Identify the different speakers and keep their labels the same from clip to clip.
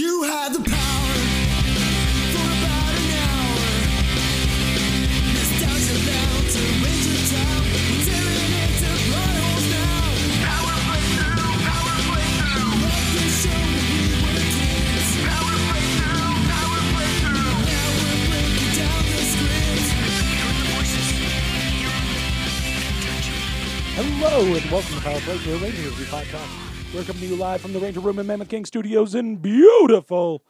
Speaker 1: You had the power for about an hour. Nostalgia bound to Ranger Town. We're tearing into plot holes now. Power playthrough, power playthrough. Love the show when we were kids. Power playthrough, power playthrough. Now we're breaking down the script.
Speaker 2: Hello and welcome to Power Play the Ranger Review Podcast. We're coming to you live from the Ranger Room in Mammoth King Studios in beautiful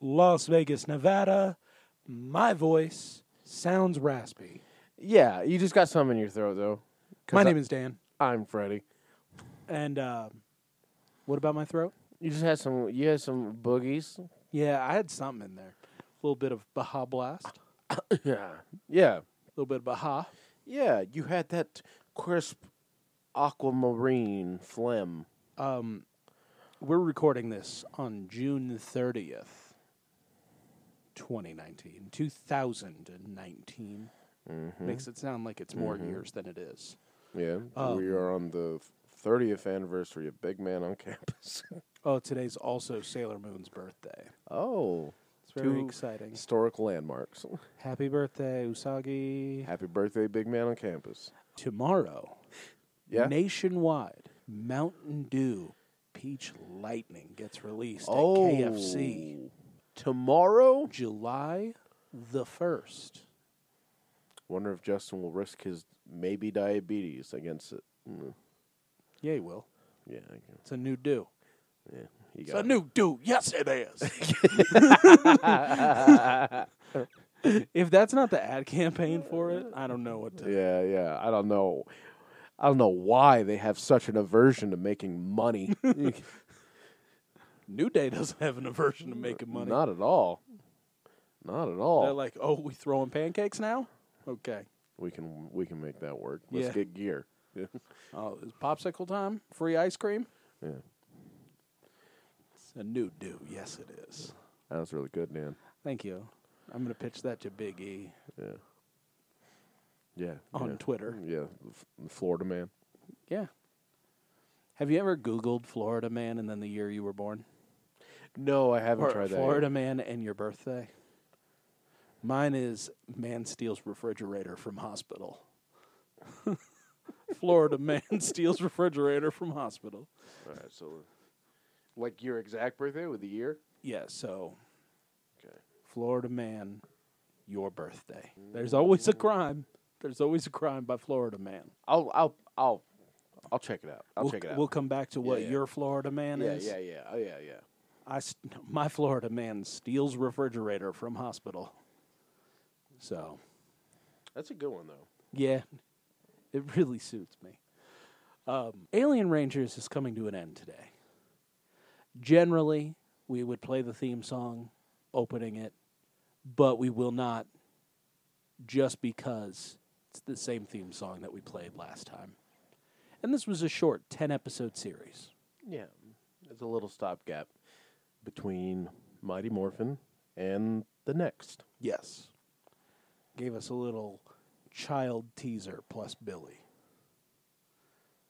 Speaker 2: Las Vegas, Nevada. My voice sounds raspy.
Speaker 3: Yeah, you just got some in your throat though. 'Cause
Speaker 2: My
Speaker 3: I-
Speaker 2: name is Dan,
Speaker 3: I'm Freddy.
Speaker 2: and um what about my throat?
Speaker 3: You just had some. You had some boogies.
Speaker 2: Yeah, I had something in there. A little bit of Baja Blast, a
Speaker 3: yeah, yeah,
Speaker 2: little bit of Baja.
Speaker 3: yeah. You had that crisp aquamarine phlegm.
Speaker 2: We're recording this on June 30th, 2019. 2019
Speaker 3: Mm-hmm.
Speaker 2: makes it sound like it's more years than it is.
Speaker 3: Yeah, we are on the 30th anniversary of Big Man on Campus.
Speaker 2: Oh, today's also Sailor Moon's birthday.
Speaker 3: oh,
Speaker 2: It's very
Speaker 3: two
Speaker 2: exciting.
Speaker 3: Historic landmarks.
Speaker 2: Happy birthday, Usagi.
Speaker 3: Happy birthday, Big Man on Campus.
Speaker 2: Tomorrow,
Speaker 3: Yeah.
Speaker 2: nationwide, Mountain Dew Peach Lightning gets released
Speaker 3: oh,
Speaker 2: at KFC
Speaker 3: tomorrow.
Speaker 2: July the 1st.
Speaker 3: Wonder if Justin will risk his maybe diabetes against it. Mm,
Speaker 2: Yay, Will.
Speaker 3: yeah, I can-
Speaker 2: It's a new dew.
Speaker 3: yeah. He
Speaker 2: It's
Speaker 3: got
Speaker 2: a new dew. Yes, it is. if that's not the ad campaign for it, I don't know what to
Speaker 3: Yeah, yeah. I don't know. I don't know why they have such an aversion to making money.
Speaker 2: New Day doesn't have an aversion to making money.
Speaker 3: Not at all. Not at
Speaker 2: They're
Speaker 3: all.
Speaker 2: like, oh, we throwing pancakes now? Okay.
Speaker 3: we can we can make that work. Let's
Speaker 2: Yeah.
Speaker 3: get gear. Yeah.
Speaker 2: Oh, is popsicle time? Free ice cream? It's a new do. Yes, it is.
Speaker 3: That was really good, man.
Speaker 2: Thank you. I'm going to pitch that to Big E
Speaker 3: Yeah. Yeah.
Speaker 2: on
Speaker 3: yeah.
Speaker 2: Twitter.
Speaker 3: Yeah, the F- the Florida man.
Speaker 2: Yeah. Have you ever Googled Florida man and then the year you were born?
Speaker 3: No, I haven't
Speaker 2: Or
Speaker 3: tried that.
Speaker 2: Florida man and your birthday? Mine is man steals refrigerator from hospital. Florida man steals refrigerator from hospital.
Speaker 3: All right, so like your exact birthday with the year?
Speaker 2: Yeah, so
Speaker 3: Okay.
Speaker 2: Florida man, your birthday. There's always a crime. There's always a crime by Florida man.
Speaker 3: I'll I'll I'll I'll check it out. I'll
Speaker 2: we'll,
Speaker 3: check it out.
Speaker 2: We'll come back to what
Speaker 3: yeah.
Speaker 2: your Florida man
Speaker 3: yeah,
Speaker 2: is.
Speaker 3: yeah, yeah. Oh yeah, yeah.
Speaker 2: I s my Florida man steals refrigerator from hospital. So,
Speaker 3: That's a good one though.
Speaker 2: yeah, it really suits me. Um, Alien Rangers is coming to an end today. Generally, we would play the theme song opening it, but we will not just because it's the same theme song that we played last time. And this was a short 10 episode series.
Speaker 3: Yeah, it's a little stopgap between Mighty Morphin and the next.
Speaker 2: Yes. Gave us a little child teaser plus Billy.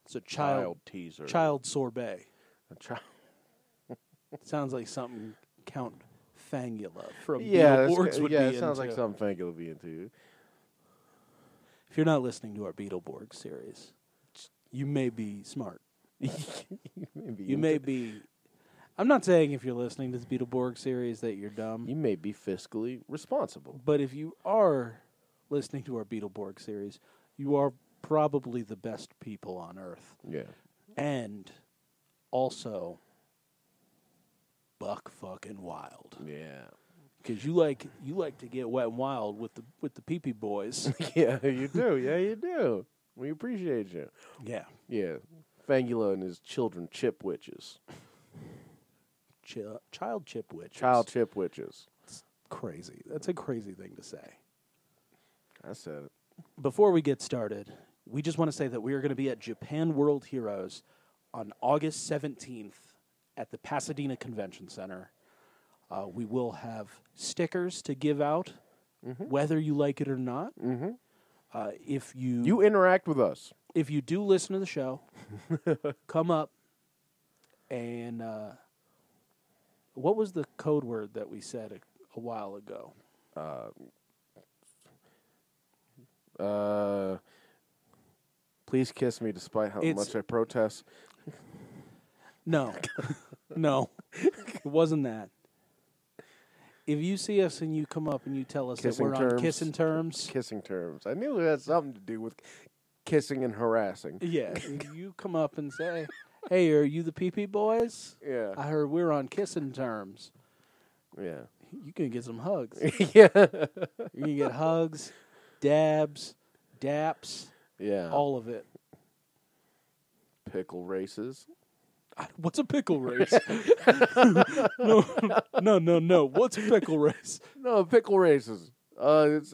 Speaker 2: It's a child
Speaker 3: teaser.
Speaker 2: child, sorbet.
Speaker 3: A child.
Speaker 2: Sounds like something Count Fangula from
Speaker 3: Yeah, that's
Speaker 2: Beetleborgs
Speaker 3: ki-
Speaker 2: would
Speaker 3: yeah.
Speaker 2: be
Speaker 3: it sounds like
Speaker 2: into.
Speaker 3: something Frank will be into.
Speaker 2: If you're not listening to our Beetleborg series, you may be smart.
Speaker 3: Maybe
Speaker 2: You may be. I'm not saying if you're listening to the Beetleborg series that you're dumb,
Speaker 3: You may be fiscally responsible.
Speaker 2: but if you are listening to our Beetleborg series, you are probably the best people on earth.
Speaker 3: Yeah.
Speaker 2: and also buck fucking wild
Speaker 3: Yeah.
Speaker 2: because you like you like to get wet and wild with the with the pee pee boys.
Speaker 3: Yeah, you do. Yeah, you do. We appreciate you.
Speaker 2: yeah,
Speaker 3: Yeah. Fangula and his children, chip witches.
Speaker 2: Ch- child chip witch.
Speaker 3: Child chip witches.
Speaker 2: crazy. That's a crazy thing to say.
Speaker 3: I said it.
Speaker 2: Before we get started, we just want to say that we are going to be at Japan World Heroes on August 17th at the Pasadena Convention Center. Uh, we will have stickers to give out, whether you like it or not. Mm-hmm. Uh, if you,
Speaker 3: You interact with us.
Speaker 2: if you do listen to the show, come up and uh, What was the code word that we said a, a while ago?
Speaker 3: Uh, please kiss me, despite how
Speaker 2: It's-
Speaker 3: much I protest.
Speaker 2: No, no, it wasn't that. If you see us and you come up and you tell us that
Speaker 3: Kissing
Speaker 2: we're on
Speaker 3: terms.
Speaker 2: kissing terms,
Speaker 3: Kissing terms. I knew it had something to do with kissing and harassing.
Speaker 2: yeah, if you come up and say, "Hey, are you the pee pee boys?"
Speaker 3: Yeah.
Speaker 2: I heard we're on kissing terms.
Speaker 3: yeah.
Speaker 2: You can get some hugs.
Speaker 3: yeah.
Speaker 2: You can get hugs, dabs, daps,
Speaker 3: Yeah.
Speaker 2: all of it.
Speaker 3: pickle races.
Speaker 2: I- What's a pickle race? no, no, no, no. What's a pickle race?
Speaker 3: No, pickle races. Uh, it's,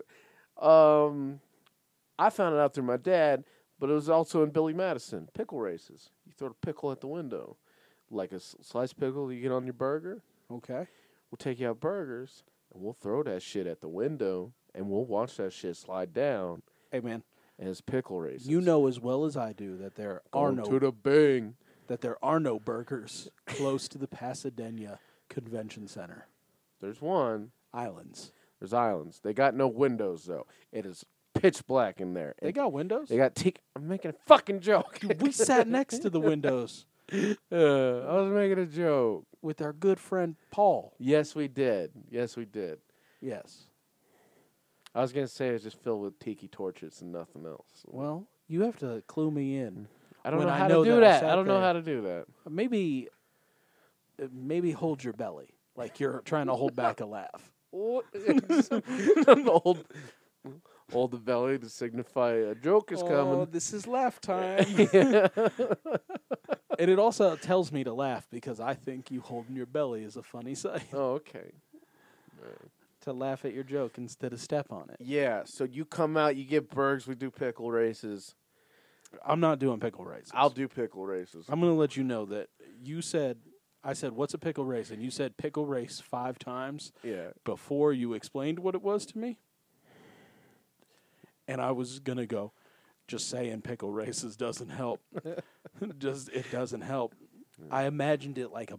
Speaker 3: um, I found it out through my dad, but it was also in Billy Madison. Pickle races. You throw a pickle at the window, like a s- sliced pickle you get on your burger.
Speaker 2: Okay.
Speaker 3: We'll take you out burgers and we'll throw that shit at the window and we'll watch that shit slide down
Speaker 2: Hey, man.
Speaker 3: as pickle races.
Speaker 2: You know as well as I do that there are
Speaker 3: Going
Speaker 2: no
Speaker 3: to the bang.
Speaker 2: that there are no burgers close to the Pasadena Convention Center
Speaker 3: There's one.
Speaker 2: islands.
Speaker 3: There's islands. They got no windows though. It is pitch black in there.
Speaker 2: They
Speaker 3: It-
Speaker 2: got windows.
Speaker 3: They got teak. I'm making a fucking joke.
Speaker 2: we sat next to the windows
Speaker 3: Uh,
Speaker 2: oh.
Speaker 3: I was making a joke.
Speaker 2: with our good friend Paul.
Speaker 3: Yes, we did. Yes, we did.
Speaker 2: Yes.
Speaker 3: I was gonna say it was just filled with tiki torches and nothing else.
Speaker 2: Well, you have to clue me in.
Speaker 3: I don't
Speaker 2: when
Speaker 3: know
Speaker 2: I
Speaker 3: how
Speaker 2: know
Speaker 3: to do
Speaker 2: that I
Speaker 3: that. I
Speaker 2: sat
Speaker 3: don't know
Speaker 2: there-
Speaker 3: how to do that.
Speaker 2: Maybe, uh, maybe hold your belly like you're trying to hold back a laugh.
Speaker 3: hold, hold the belly to signify a joke is
Speaker 2: Oh,
Speaker 3: coming.
Speaker 2: this is laugh time. and it also tells me to laugh because I think you holding your belly is a funny sight.
Speaker 3: Oh, okay.
Speaker 2: to laugh at your joke instead of step on it.
Speaker 3: Yeah. So you come out, you get burgers. We do pickle races.
Speaker 2: I'm not doing pickle races.
Speaker 3: I'll do pickle races.
Speaker 2: I'm going to let you know that you said, I said, what's a pickle race? And you said pickle race five times
Speaker 3: yeah.
Speaker 2: before you explained what it was to me. And I was going to go, just saying pickle races doesn't help. just it doesn't help. I imagined it like a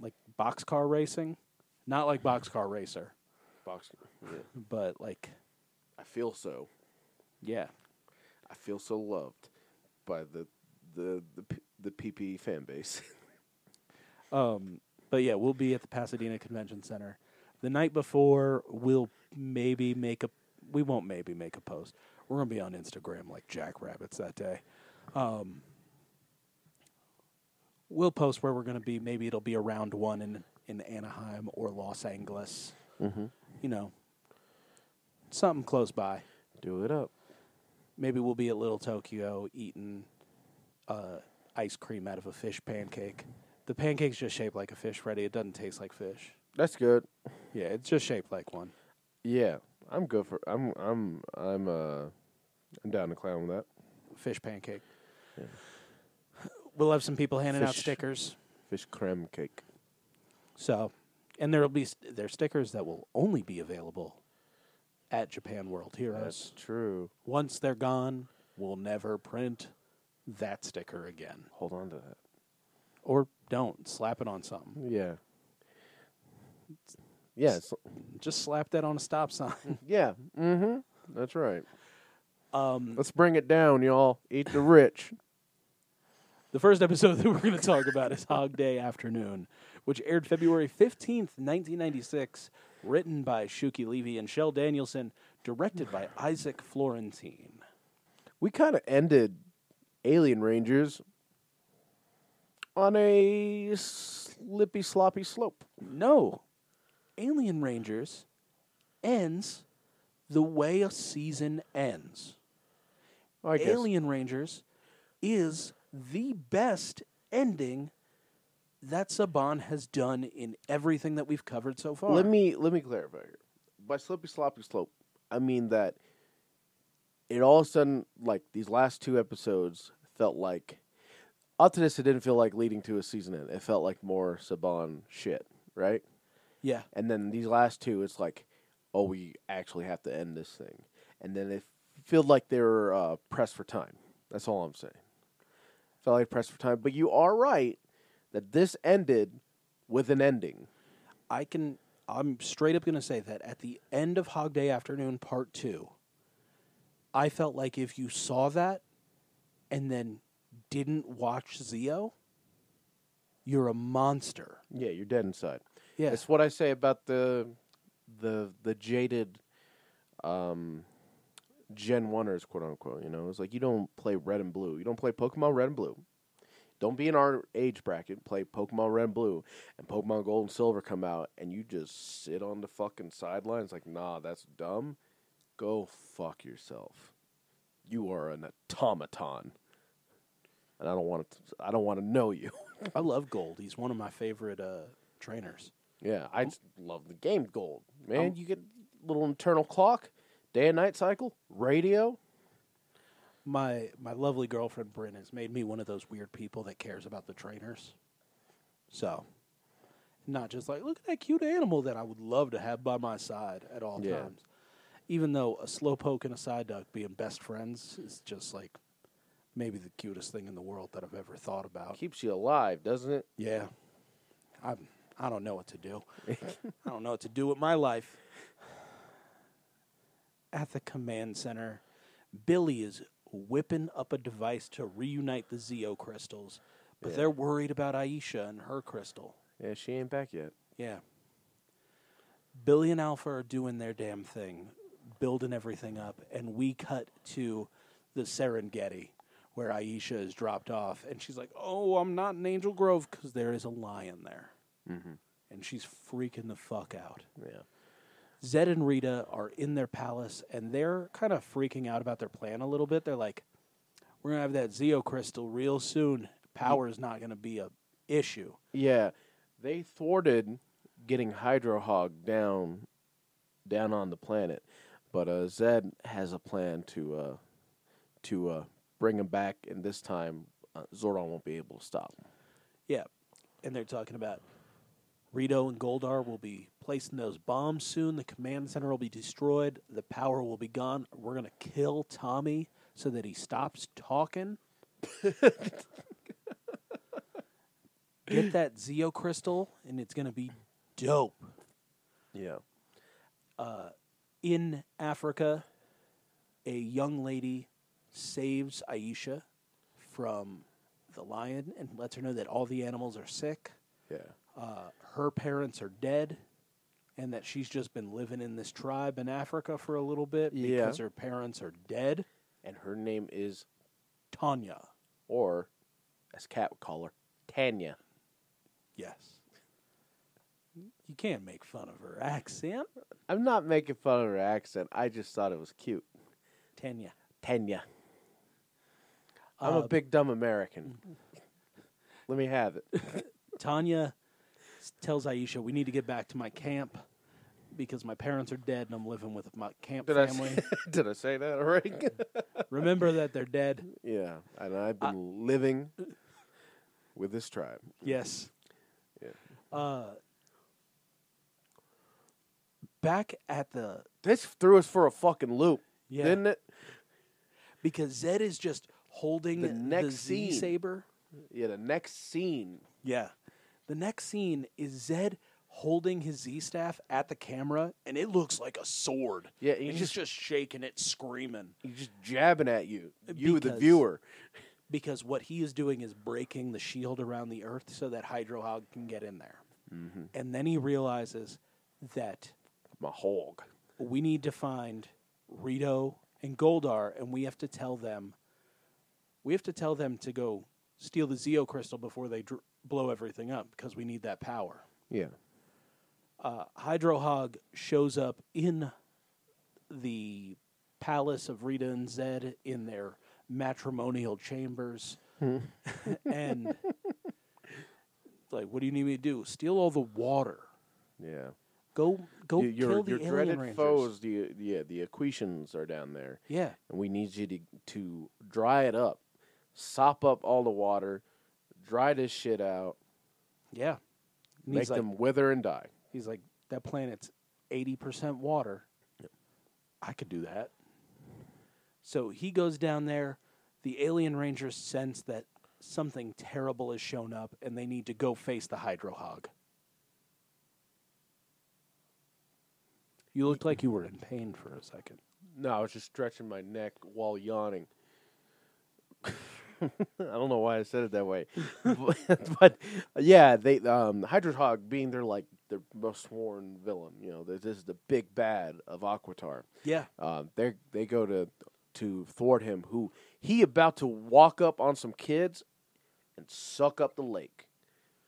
Speaker 2: like boxcar racing, not like boxcar racer,
Speaker 3: Box. Yeah.
Speaker 2: but like
Speaker 3: I feel so.
Speaker 2: yeah.
Speaker 3: I feel so loved by the the the P- the PP fan base.
Speaker 2: Um, but yeah, we'll be at the Pasadena Convention Center the night before. We'll maybe make a we won't maybe make a post. We're gonna be on Instagram like jackrabbits that day. Um, we'll post where we're gonna be. Maybe it'll be a round one in in Anaheim or Los Angeles. You know, something close by.
Speaker 3: do it up.
Speaker 2: Maybe we'll be at Little Tokyo eating uh, ice cream out of a fish pancake. The pancake's just shaped like a fish, Freddy. It doesn't taste like fish.
Speaker 3: That's good.
Speaker 2: Yeah, it's just shaped like one.
Speaker 3: Yeah, I'm good for. I'm I'm I'm uh I'm down to clown with that.
Speaker 2: Fish pancake. We'll have some people handing out
Speaker 3: Fish.
Speaker 2: stickers.
Speaker 3: Fish creme cake.
Speaker 2: So, and there'll be st- there are stickers that will only be available at Japan World Heroes.
Speaker 3: true.
Speaker 2: Once they're gone, we'll never print that sticker again.
Speaker 3: Hold on to that.
Speaker 2: Or don't slap it on something.
Speaker 3: Yeah. Yeah. It's,
Speaker 2: Just slap that on a stop sign.
Speaker 3: yeah. Mm-hmm. That's right.
Speaker 2: Um,
Speaker 3: Let's bring it down, y'all. Eat the rich.
Speaker 2: The first episode that we're going to talk about is Hog Day Afternoon, which aired February 15th, 1996, written by Shuki Levy and Shel Danielson, directed by Isaac Florentine.
Speaker 3: we kind of ended Alien Rangers on a slippy, sloppy slope.
Speaker 2: No, Alien Rangers ends the way a season ends.
Speaker 3: I guess.
Speaker 2: Alien Rangers is the best ending that Saban has done in everything that we've covered so far.
Speaker 3: Let me let me clarify here. By slippy sloppy slope, I mean that it all of a sudden like these last two episodes felt like up to this it didn't feel like leading to a season end. It felt like more Saban shit, right?
Speaker 2: yeah.
Speaker 3: And then these last two it's like, oh we actually have to end this thing. And then it felt like they were uh, pressed for time. That's all I'm saying. Felt like pressed for time. But you are right that this ended with an ending.
Speaker 2: I can. I'm straight up going to say that at the end of Hog Day Afternoon Part Two, I felt like if you saw that and then didn't watch Zio, you're a monster.
Speaker 3: Yeah, you're dead inside.
Speaker 2: Yeah.
Speaker 3: It's what I say about the the the jaded um Gen 1ers, quote unquote, you know. It's like you don't play red and blue. You don't play Pokemon red and blue. Don't be in our age bracket, play Pokemon red and blue and Pokemon gold and silver come out and you just sit on the fucking sidelines like, "Nah, that's dumb. Go fuck yourself. You are an automaton." And I don't want to I don't want to know you.
Speaker 2: I love Gold. He's one of my favorite uh, trainers.
Speaker 3: Yeah, I just love the game gold, man.
Speaker 2: I'm-
Speaker 3: you get little internal clock, day and night cycle, radio.
Speaker 2: My my lovely girlfriend Bryn has made me one of those weird people that cares about the trainers. So, not just like look at that cute animal that I would love to have by my side at all
Speaker 3: Yeah.
Speaker 2: times. Even though a slowpoke and a side duck being best friends is just like maybe the cutest thing in the world that I've ever thought about.
Speaker 3: Keeps you alive, doesn't it?
Speaker 2: Yeah. I'm I don't know what to do. I don't know what to do with my life. At the command center, Billy is whipping up a device to reunite the Zeo crystals, but
Speaker 3: Yeah.
Speaker 2: they're worried about Aisha and her crystal.
Speaker 3: Yeah, she ain't back yet.
Speaker 2: Yeah. Billy and Alpha are doing their damn thing, building everything up, and we cut to the Serengeti where Aisha is dropped off, and she's like, "Oh, I'm not in Angel Grove because there is a lion there," mm-hmm. and she's freaking the fuck out.
Speaker 3: Yeah,
Speaker 2: Zed and Rita are in their palace, and they're kind of freaking out about their plan a little bit. They're like, "We're gonna have that Zeo crystal real soon. Power is not gonna be a issue."
Speaker 3: yeah. They thwarted getting Hydro Hog down, down on the planet, but uh, Zed has a plan to, uh, to uh, bring him back, and this time uh, Zordon won't be able to stop him.
Speaker 2: Yeah. And they're talking about Rito and Goldar will be placing those bombs soon. The command center will be destroyed. The power will be gone. We're going to kill Tommy so that he stops talking. Get that Zeo crystal, and it's going to be dope.
Speaker 3: Yeah,
Speaker 2: In Africa, a young lady saves Aisha from the lion and lets her know that all the animals are sick.
Speaker 3: yeah.
Speaker 2: uh, her parents are dead and that she's just been living in this tribe in Africa for a little bit
Speaker 3: Yeah.
Speaker 2: because her parents are dead.
Speaker 3: And her name is,
Speaker 2: Tanya.
Speaker 3: or as Cat would call her, Tanya.
Speaker 2: Yes. You can't make fun of her accent.
Speaker 3: I'm not making fun of her accent. I just thought it was cute.
Speaker 2: Tanya.
Speaker 3: Tanya. I'm
Speaker 2: Uh,
Speaker 3: a big dumb American. Let me have it.
Speaker 2: Tanya s- tells Aisha, we need to get back to my camp because my parents are dead and I'm living with my camp
Speaker 3: Did I,
Speaker 2: family.
Speaker 3: say, did I say that already?
Speaker 2: Remember that they're dead.
Speaker 3: yeah. And I've been living with this tribe.
Speaker 2: Yes.
Speaker 3: Yeah.
Speaker 2: Uh, back at the
Speaker 3: This threw us for a fucking loop,
Speaker 2: Yeah.
Speaker 3: didn't it?
Speaker 2: because Zed is just holding
Speaker 3: The
Speaker 2: the,
Speaker 3: next
Speaker 2: Z
Speaker 3: scene.
Speaker 2: saber.
Speaker 3: Yeah, the next scene.
Speaker 2: Yeah. The next scene is Zed holding his Z staff at the camera, and it looks like a sword.
Speaker 3: Yeah,
Speaker 2: and
Speaker 3: and
Speaker 2: he's
Speaker 3: he's-
Speaker 2: just, shaking it, screaming
Speaker 3: He's just jabbing at you. You, the
Speaker 2: Uh, Because-
Speaker 3: viewer.
Speaker 2: because what he is doing is breaking the shield around the Earth so that Hydro Hog can get in there.
Speaker 3: Mm-hmm.
Speaker 2: And then he realizes that
Speaker 3: My hog.
Speaker 2: we need to find Rito and Goldar, and we have to tell them. We have to tell them to go steal the Zeo crystal before they dr- blow everything up because we need that power.
Speaker 3: Yeah.
Speaker 2: Uh, Hydro Hog shows up in the palace of Rita and Zed in their matrimonial chambers,
Speaker 3: Hmm.
Speaker 2: and like, what do you need me to do? Steal all the water.
Speaker 3: Yeah.
Speaker 2: Go, go
Speaker 3: Y- your
Speaker 2: kill the
Speaker 3: your
Speaker 2: alien
Speaker 3: dreaded
Speaker 2: rangers.
Speaker 3: foes, the yeah, the Equetians are down there.
Speaker 2: Yeah.
Speaker 3: and we need you to to dry it up, sop up all the water, dry this shit out,
Speaker 2: Yeah. And
Speaker 3: make
Speaker 2: he's like,
Speaker 3: them wither and die.
Speaker 2: he's like, that planet's eighty percent water. I could do that. So he goes down there. The alien rangers sense that something terrible has shown up, and they need to go face the Hydro Hog. You looked like you were in pain for a second.
Speaker 3: No, I was just stretching my neck while yawning. I don't know why I said it that way, but, but, yeah, they um, Hydra Hog being their like their most sworn villain. You know, this this is the big bad of Aquatar.
Speaker 2: Yeah.
Speaker 3: Um, they they go to to thwart him. Who he about to walk up on some kids and suck up the lake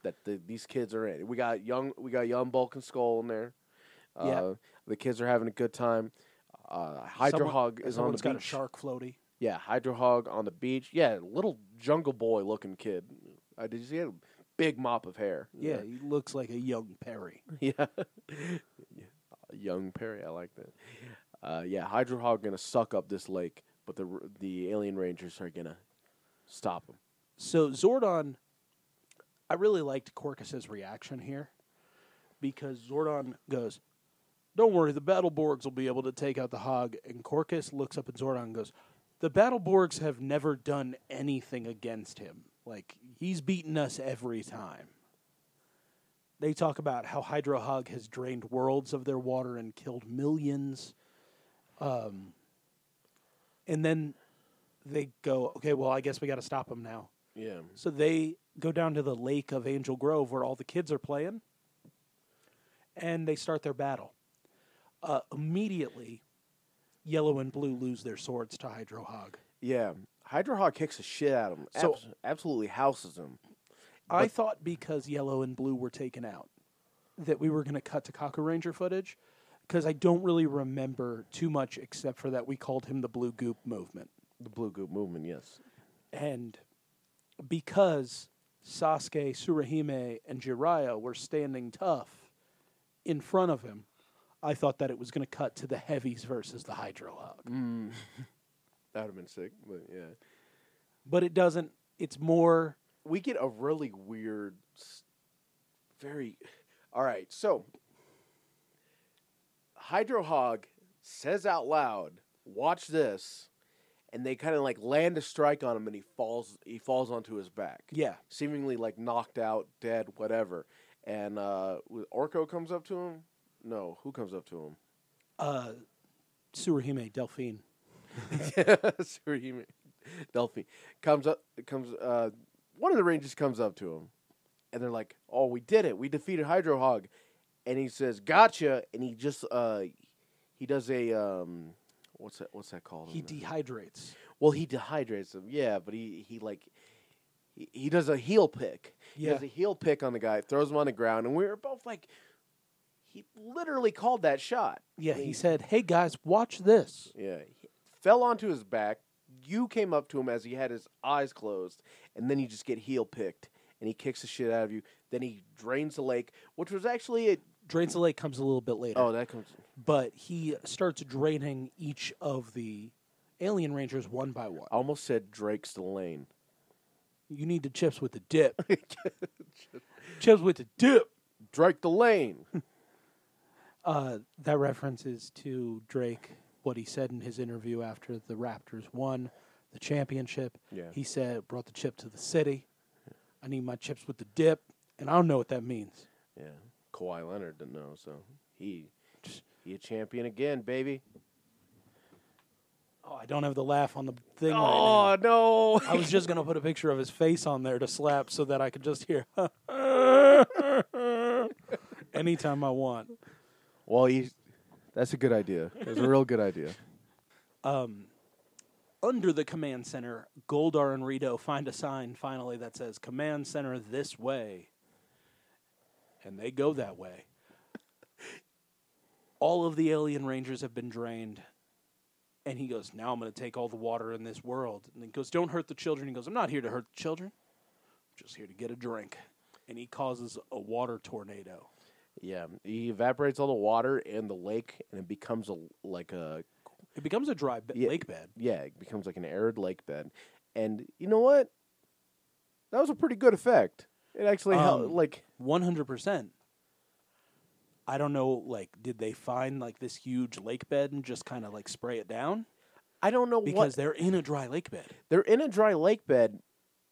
Speaker 3: that the, these kids are in. We got young we got young Bulk and Skull in there. Uh,
Speaker 2: Yeah.
Speaker 3: the kids are having a good time. Uh, Hydra Hog is on the
Speaker 2: someone's got
Speaker 3: beach.
Speaker 2: a shark floaty.
Speaker 3: Yeah, Hydra Hog on the beach. Yeah, little jungle boy looking kid. Uh, did you see him? Big mop of hair.
Speaker 2: Yeah, he looks like a young Perry.
Speaker 3: Yeah. Yeah. Young Perry, I like that. Uh, yeah, Hydra Hog gonna suck up this lake, but the r- the alien rangers are gonna stop him.
Speaker 2: So Zordon, I really liked Corcus's reaction here because Zordon goes, "Don't worry, the Battleborgs will be able to take out the Hog." And Corcus looks up at Zordon and goes, "The Battleborgs have never done anything against him. Like he's beaten us every time." They talk about how Hydro Hog has drained worlds of their water and killed millions. Um, and then they go, okay, well, I guess we got to stop him now.
Speaker 3: Yeah.
Speaker 2: So they go down to the lake of Angel Grove where all the kids are playing, and they start their battle. Uh, immediately, yellow and blue lose their swords to Hydro Hog.
Speaker 3: Yeah. Hydra Hog kicks the shit out of him.
Speaker 2: So-
Speaker 3: Abs- absolutely houses him.
Speaker 2: I thought because yellow and blue were taken out that we were going to cut to Cocker Ranger footage because I don't really remember too much except for that we called him the Blue Goop Movement.
Speaker 3: The blue goop movement, yes.
Speaker 2: And because Sasuke, Surahime, and Jiraiya were standing tough in front of him, I thought that it was going to cut to the heavies versus the Hydro Hog.
Speaker 3: Mm. That would have been sick, but yeah.
Speaker 2: But it doesn't. It's more.
Speaker 3: we get a really weird s- very all right so hydro hog says out loud watch this and they kind of like land a strike on him and he falls he falls onto his back
Speaker 2: Yeah.
Speaker 3: seemingly like knocked out dead whatever and uh w- orko comes up to him no who comes up to him
Speaker 2: Uh, Surahime, Delphine.
Speaker 3: Surahima Delphi comes up comes uh one of the rangers comes up to him and they're like, "Oh, we did it. We defeated Hydro Hog." And he says, "Gotcha." And he just uh he does a um what's that what's that called?
Speaker 2: He
Speaker 3: in the-
Speaker 2: dehydrates.
Speaker 3: well, he dehydrates him. Yeah, but he he like he, he does a heel pick. He does a
Speaker 2: Yeah.
Speaker 3: heel pick on the guy, throws him on the ground, and we were both like he literally called that shot.
Speaker 2: Yeah, he said, hey guys, watch this.
Speaker 3: Yeah. He fell onto his back. You came up to him as he had his eyes closed, and then you just get heel picked, and he kicks the shit out of you. Then he drains the lake, which was actually a.
Speaker 2: Drains the lake comes a little bit later.
Speaker 3: Oh, that comes.
Speaker 2: But he starts draining each of the alien rangers one by one.
Speaker 3: I almost said Drake's the lane.
Speaker 2: You need the chips with the dip. chips with the dip.
Speaker 3: Drake the lane.
Speaker 2: Uh, that references to Drake, what he said in his interview after the Raptors won the championship.
Speaker 3: Yeah.
Speaker 2: He said, brought the chip to the city. I need my chips with the dip. And I don't know what that means.
Speaker 3: yeah. Kawhi Leonard didn't know, so he. He a champion again, baby.
Speaker 2: Oh, I don't have the laugh on the thing
Speaker 3: Oh,
Speaker 2: right
Speaker 3: no.
Speaker 2: now. I was just going to put a picture of his face on there to slap so that I could just hear anytime I want.
Speaker 3: Well, he. That's a good idea. That's a real good idea.
Speaker 2: under the command center, Goldar and Rito find a sign finally that says "Command Center this way," and they go that way. All of the alien rangers have been drained, and he goes, "Now I'm going to take all the water in this world." And he goes, "Don't hurt the children." He goes, "I'm not here to hurt the children. I'm just here to get a drink," and he causes a water tornado.
Speaker 3: Yeah, he evaporates all the water in the lake, and it becomes a like a
Speaker 2: It becomes a dry be-
Speaker 3: Yeah.
Speaker 2: lake bed.
Speaker 3: yeah, it becomes like an arid lake bed. And you know what? That was a pretty good effect. It actually helped.
Speaker 2: Um,
Speaker 3: Like,
Speaker 2: One hundred percent. I don't know. Like, did they find like this huge lake bed and just kind of like spray it down
Speaker 3: I don't know
Speaker 2: because
Speaker 3: what
Speaker 2: they're in a dry lake bed?
Speaker 3: they're in a dry lake bed,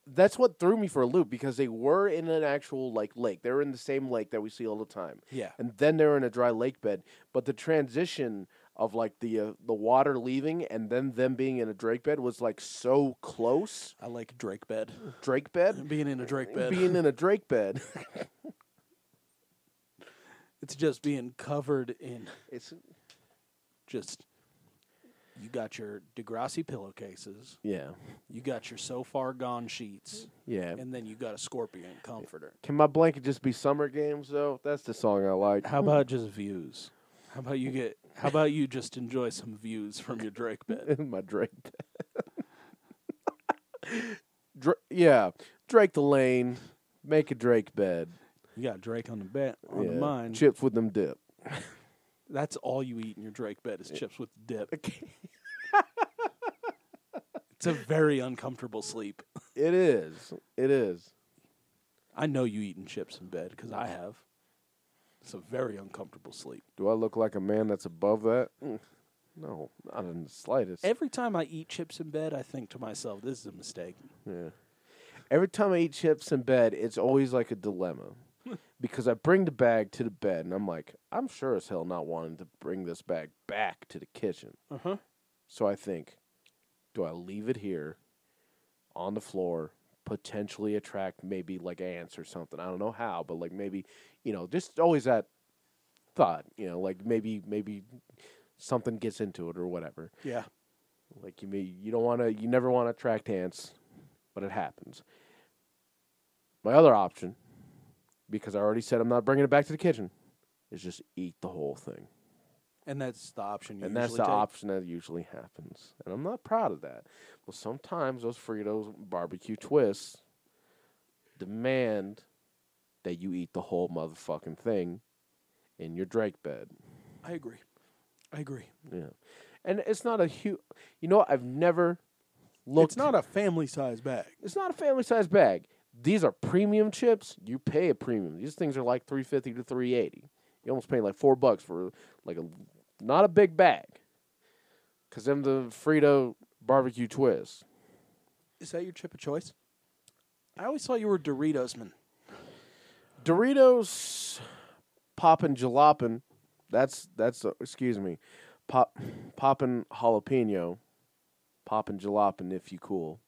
Speaker 3: that's what threw me for a loop because they were in an actual like lake. They were in the same lake that we see all the time.
Speaker 2: Yeah.
Speaker 3: And then they're in a dry lake bed, but the transition of like the uh, the water leaving and then them being in a drake bed was like so close.
Speaker 2: I like Drake bed.
Speaker 3: Drake bed.
Speaker 2: Being in a Drake bed.
Speaker 3: Being in a drake bed.
Speaker 2: it's just being covered in
Speaker 3: it's
Speaker 2: just. You got your Degrassi pillowcases.
Speaker 3: yeah.
Speaker 2: You got your so far gone sheets,
Speaker 3: Yeah.
Speaker 2: and then you got a scorpion comforter.
Speaker 3: Can my blanket just be summer games though? That's the song I like.
Speaker 2: How about just views? How about you get? How about you just enjoy some views from your Drake bed?
Speaker 3: in my Drake bed. Dra- yeah, Drake the lane, make a Drake bed.
Speaker 2: You got Drake on the bed on
Speaker 3: yeah.
Speaker 2: the mind.
Speaker 3: chips with them dip.
Speaker 2: That's all you eat in your Drake bed is chips with dip. it's a very uncomfortable sleep.
Speaker 3: It is. It is.
Speaker 2: I know you eating chips in bed because I have. It's a very uncomfortable sleep.
Speaker 3: Do I look like a man that's above that? Mm. No, not in the slightest.
Speaker 2: Every time I eat chips in bed, I think to myself, "This is a mistake."
Speaker 3: yeah. Every time I eat chips in bed, it's always like a dilemma. Because I bring the bag to the bed and I'm like, I'm sure as hell not wanting to bring this bag back to the kitchen.
Speaker 2: Uh huh.
Speaker 3: So I think, do I leave it here on the floor, potentially attract maybe like ants or something? I don't know how, but like maybe, you know, just always that thought, you know, like maybe maybe something gets into it or whatever.
Speaker 2: Yeah.
Speaker 3: Like you may you don't want to you never want to attract ants, but it happens. My other option, because I already said I'm not bringing it back to the kitchen, is just eat the whole thing
Speaker 2: And that's the option. You
Speaker 3: and that's the
Speaker 2: usually take.
Speaker 3: option that usually happens. And I'm not proud of that. But sometimes those Fritos barbecue twists demand that you eat the whole motherfucking thing in your Drake bed.
Speaker 2: I agree. I agree.
Speaker 3: Yeah, and it's not a huge. You know, I've never looked.
Speaker 2: It's not a family size bag.
Speaker 3: It's not a family size bag. These are premium chips. You pay a premium. These things are like three fifty to three eighty. You almost pay like four bucks for like a not a big bag. Cause them the Frito barbecue twist.
Speaker 2: Is that your chip of choice? I always thought you were Doritos man.
Speaker 3: Doritos poppin' jalopin. That's that's uh, excuse me. Pop poppin' jalapeno. Poppin' jalopin if you cool.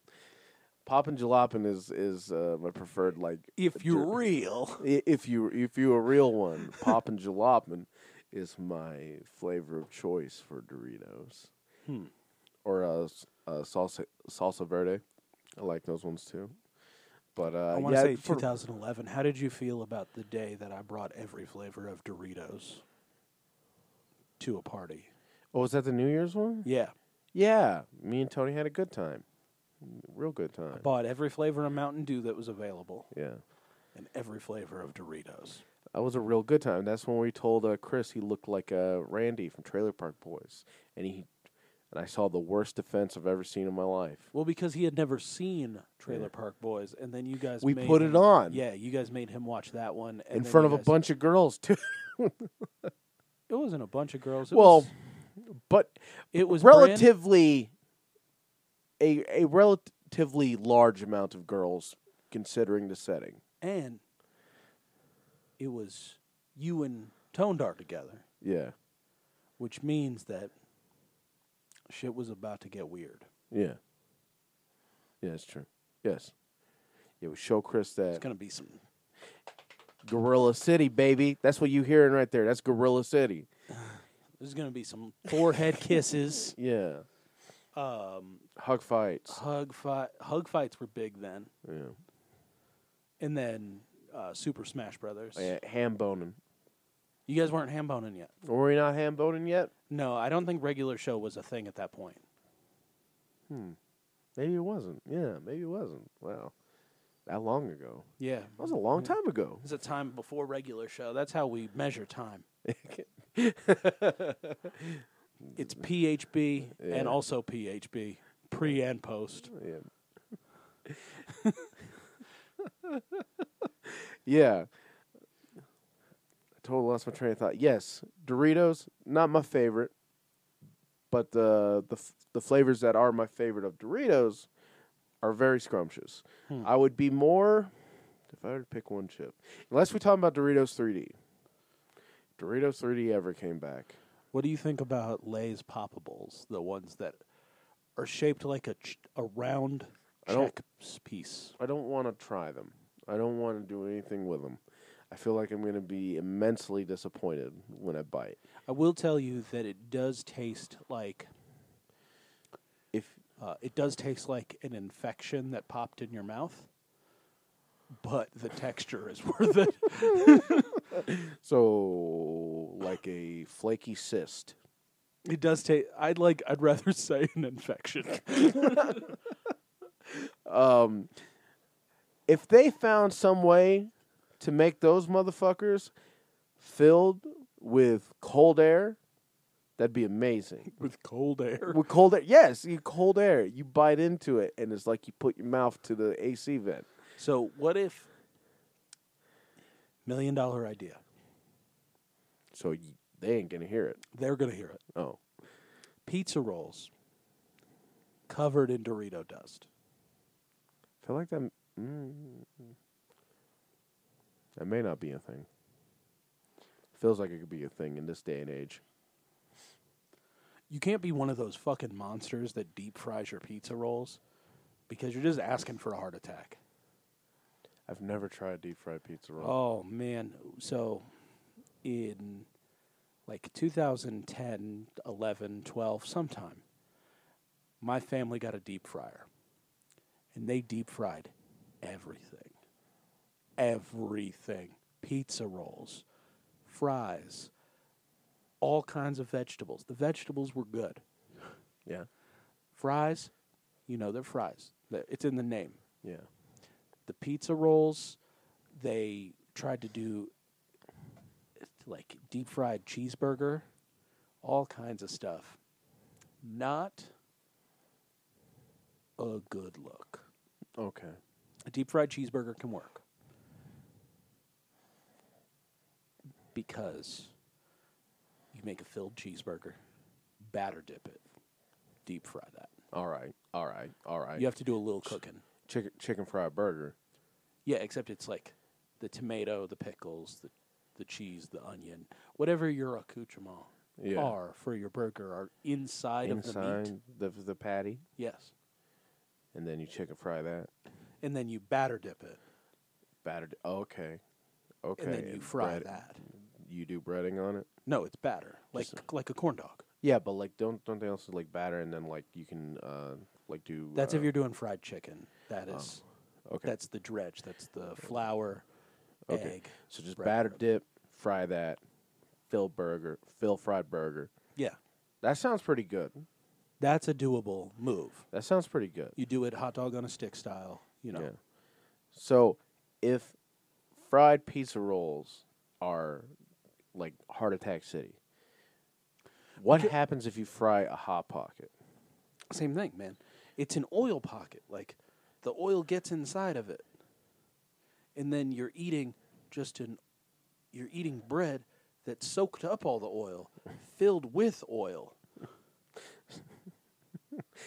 Speaker 3: Poppin' jalopin is is uh, my preferred like
Speaker 2: If you're
Speaker 3: Dur-
Speaker 2: real,
Speaker 3: I- if you if you a real one, poppin' jalopin is my flavor of choice for Doritos.
Speaker 2: Hmm.
Speaker 3: Or a, salsa salsa verde. I like those ones too. But uh,
Speaker 2: I want
Speaker 3: yeah,
Speaker 2: to say
Speaker 3: for-
Speaker 2: 2011. How did you feel about the day that I brought every flavor of Doritos to a party?
Speaker 3: oh, was that the New Year's one?
Speaker 2: Yeah,
Speaker 3: Yeah, me and Tony had a good time, real good
Speaker 2: I
Speaker 3: time.
Speaker 2: bought every flavor of Mountain Dew that was available
Speaker 3: Yeah,
Speaker 2: and every flavor of Doritos.
Speaker 3: that was a real good time. That's when we told uh, Chris he looked like uh, Randy from Trailer Park Boys, and he and I saw the worst defense I've ever seen in my life.
Speaker 2: Well, because he had never seen Trailer Park Boys, and then you guys
Speaker 3: We
Speaker 2: made
Speaker 3: put it
Speaker 2: him-
Speaker 3: on.
Speaker 2: Yeah, you guys made him watch that one and
Speaker 3: in
Speaker 2: then
Speaker 3: front
Speaker 2: you
Speaker 3: of a
Speaker 2: guys-
Speaker 3: bunch of girls too.
Speaker 2: It wasn't a bunch of girls. It
Speaker 3: well,
Speaker 2: was,
Speaker 3: but
Speaker 2: it was brand-
Speaker 3: relatively a a relatively large amount of girls considering the setting.
Speaker 2: and it was you and Tone Dart together,
Speaker 3: Yeah,
Speaker 2: which means that shit was about to get weird.
Speaker 3: yeah, yeah. It's true. Yes, yeah. We show Chris
Speaker 2: It's
Speaker 3: that
Speaker 2: gonna be some.
Speaker 3: Gorilla City, baby. That's what you hearing right there. That's Gorilla City.
Speaker 2: There's gonna be some forehead kisses.
Speaker 3: Yeah,
Speaker 2: Um,
Speaker 3: hug fights.
Speaker 2: hug fight. Hug fights were big then,
Speaker 3: Yeah,
Speaker 2: and then uh, Super Smash Brothers.
Speaker 3: Oh, yeah ham boning.
Speaker 2: You guys weren't ham boning yet.
Speaker 3: Were we not ham boning yet?
Speaker 2: No, I don't think regular show was a thing at that point.
Speaker 3: Maybe it wasn't. Yeah, maybe it wasn't. Wow, that long ago.
Speaker 2: Yeah,
Speaker 3: That was a long time ago.
Speaker 2: it was a time before regular show. That's how we measure time. It's PHB
Speaker 3: Yeah.
Speaker 2: and also PHB, pre and post.
Speaker 3: Yeah. yeah. I totally lost my train of thought. Yes, Doritos, not my favorite, but the the f- the flavors that are my favorite of Doritos are very scrumptious. I would be more if I were to pick one chip. Unless we're talking about Doritos 3D. Doritos 3D ever came back.
Speaker 2: What do you think about Lay's poppables, the ones that are shaped like a, ch- a round
Speaker 3: I don't-
Speaker 2: check s- piece?
Speaker 3: I don't want to try them. I don't want to do anything with them. I feel like I'm going to be immensely disappointed when I bite.
Speaker 2: I will tell you that it does taste like
Speaker 3: If
Speaker 2: uh, it does taste like an infection that popped in your mouth, but the texture is worth it.
Speaker 3: so, like a flaky cyst.
Speaker 2: It does taste. I'd like. I'd rather say an infection.
Speaker 3: Um, If they found some way to make those motherfuckers filled with cold air, that'd be amazing.
Speaker 2: with cold air.
Speaker 3: With cold air, yes, you cold air. You bite into it, and it's like you put your mouth to the AC vent.
Speaker 2: So what if million dollar idea?
Speaker 3: So you, they ain't gonna hear it.
Speaker 2: They're gonna hear it.
Speaker 3: Oh,
Speaker 2: Pizza rolls covered in Dorito dust.
Speaker 3: I feel like that. m- Mm, that may not be a thing. Feels like it could be a thing in this day and age.
Speaker 2: You can't be one of those fucking monsters that deep fries your pizza rolls because you're just asking for a heart attack.
Speaker 3: I've never tried deep fried pizza roll.
Speaker 2: Oh man. So in like 2010, 11, 12, sometime, my family got a deep fryer. And they deep fried everything. Everything. Pizza rolls, fries, all kinds of vegetables. The vegetables were good.
Speaker 3: Yeah,
Speaker 2: Fries, you know, they're fries. They're- It's in the name
Speaker 3: yeah.
Speaker 2: the pizza rolls. They tried to do like deep fried cheeseburger, all kinds of stuff. Not a good look.
Speaker 3: Okay.
Speaker 2: A deep fried cheeseburger can work because you make a filled cheeseburger, batter dip it, deep fry that.
Speaker 3: All right. All right. All right.
Speaker 2: You have to do a little cooking.
Speaker 3: chicken chicken fried burger.
Speaker 2: Yeah, except it's like the tomato, the pickles, the the cheese, the onion, whatever your accoutrement
Speaker 3: Yeah.
Speaker 2: are for your burger are inside, of the meat.
Speaker 3: inside the, the patty,
Speaker 2: Yes,
Speaker 3: and then you chicken fry that.
Speaker 2: and then you batter dip it,
Speaker 3: Battered. Okay. Okay.
Speaker 2: and then you fry
Speaker 3: bread-
Speaker 2: that.
Speaker 3: You do breading on it.
Speaker 2: No, it's batter, like like a corn dog.
Speaker 3: Yeah, but like, don't don't they also like batter and then like you can uh like do.
Speaker 2: That's
Speaker 3: uh,
Speaker 2: if you're doing fried chicken. That is,
Speaker 3: Oh, okay.
Speaker 2: that's the dredge. That's the flour,
Speaker 3: Okay.
Speaker 2: egg.
Speaker 3: So just
Speaker 2: bread.
Speaker 3: batter dip, fry that, fill burger, fill fried burger.
Speaker 2: Yeah,
Speaker 3: That sounds pretty good.
Speaker 2: that's a doable move.
Speaker 3: That sounds pretty good.
Speaker 2: You do it hot dog on a stick style. You know,
Speaker 3: Yeah. So if fried pizza rolls are like heart attack city, what happens if you fry a hot pocket?
Speaker 2: Same thing, man. It's an oil pocket. Like the oil gets inside of it. And then you're eating just an you're eating bread that soaked up all the oil, filled with oil.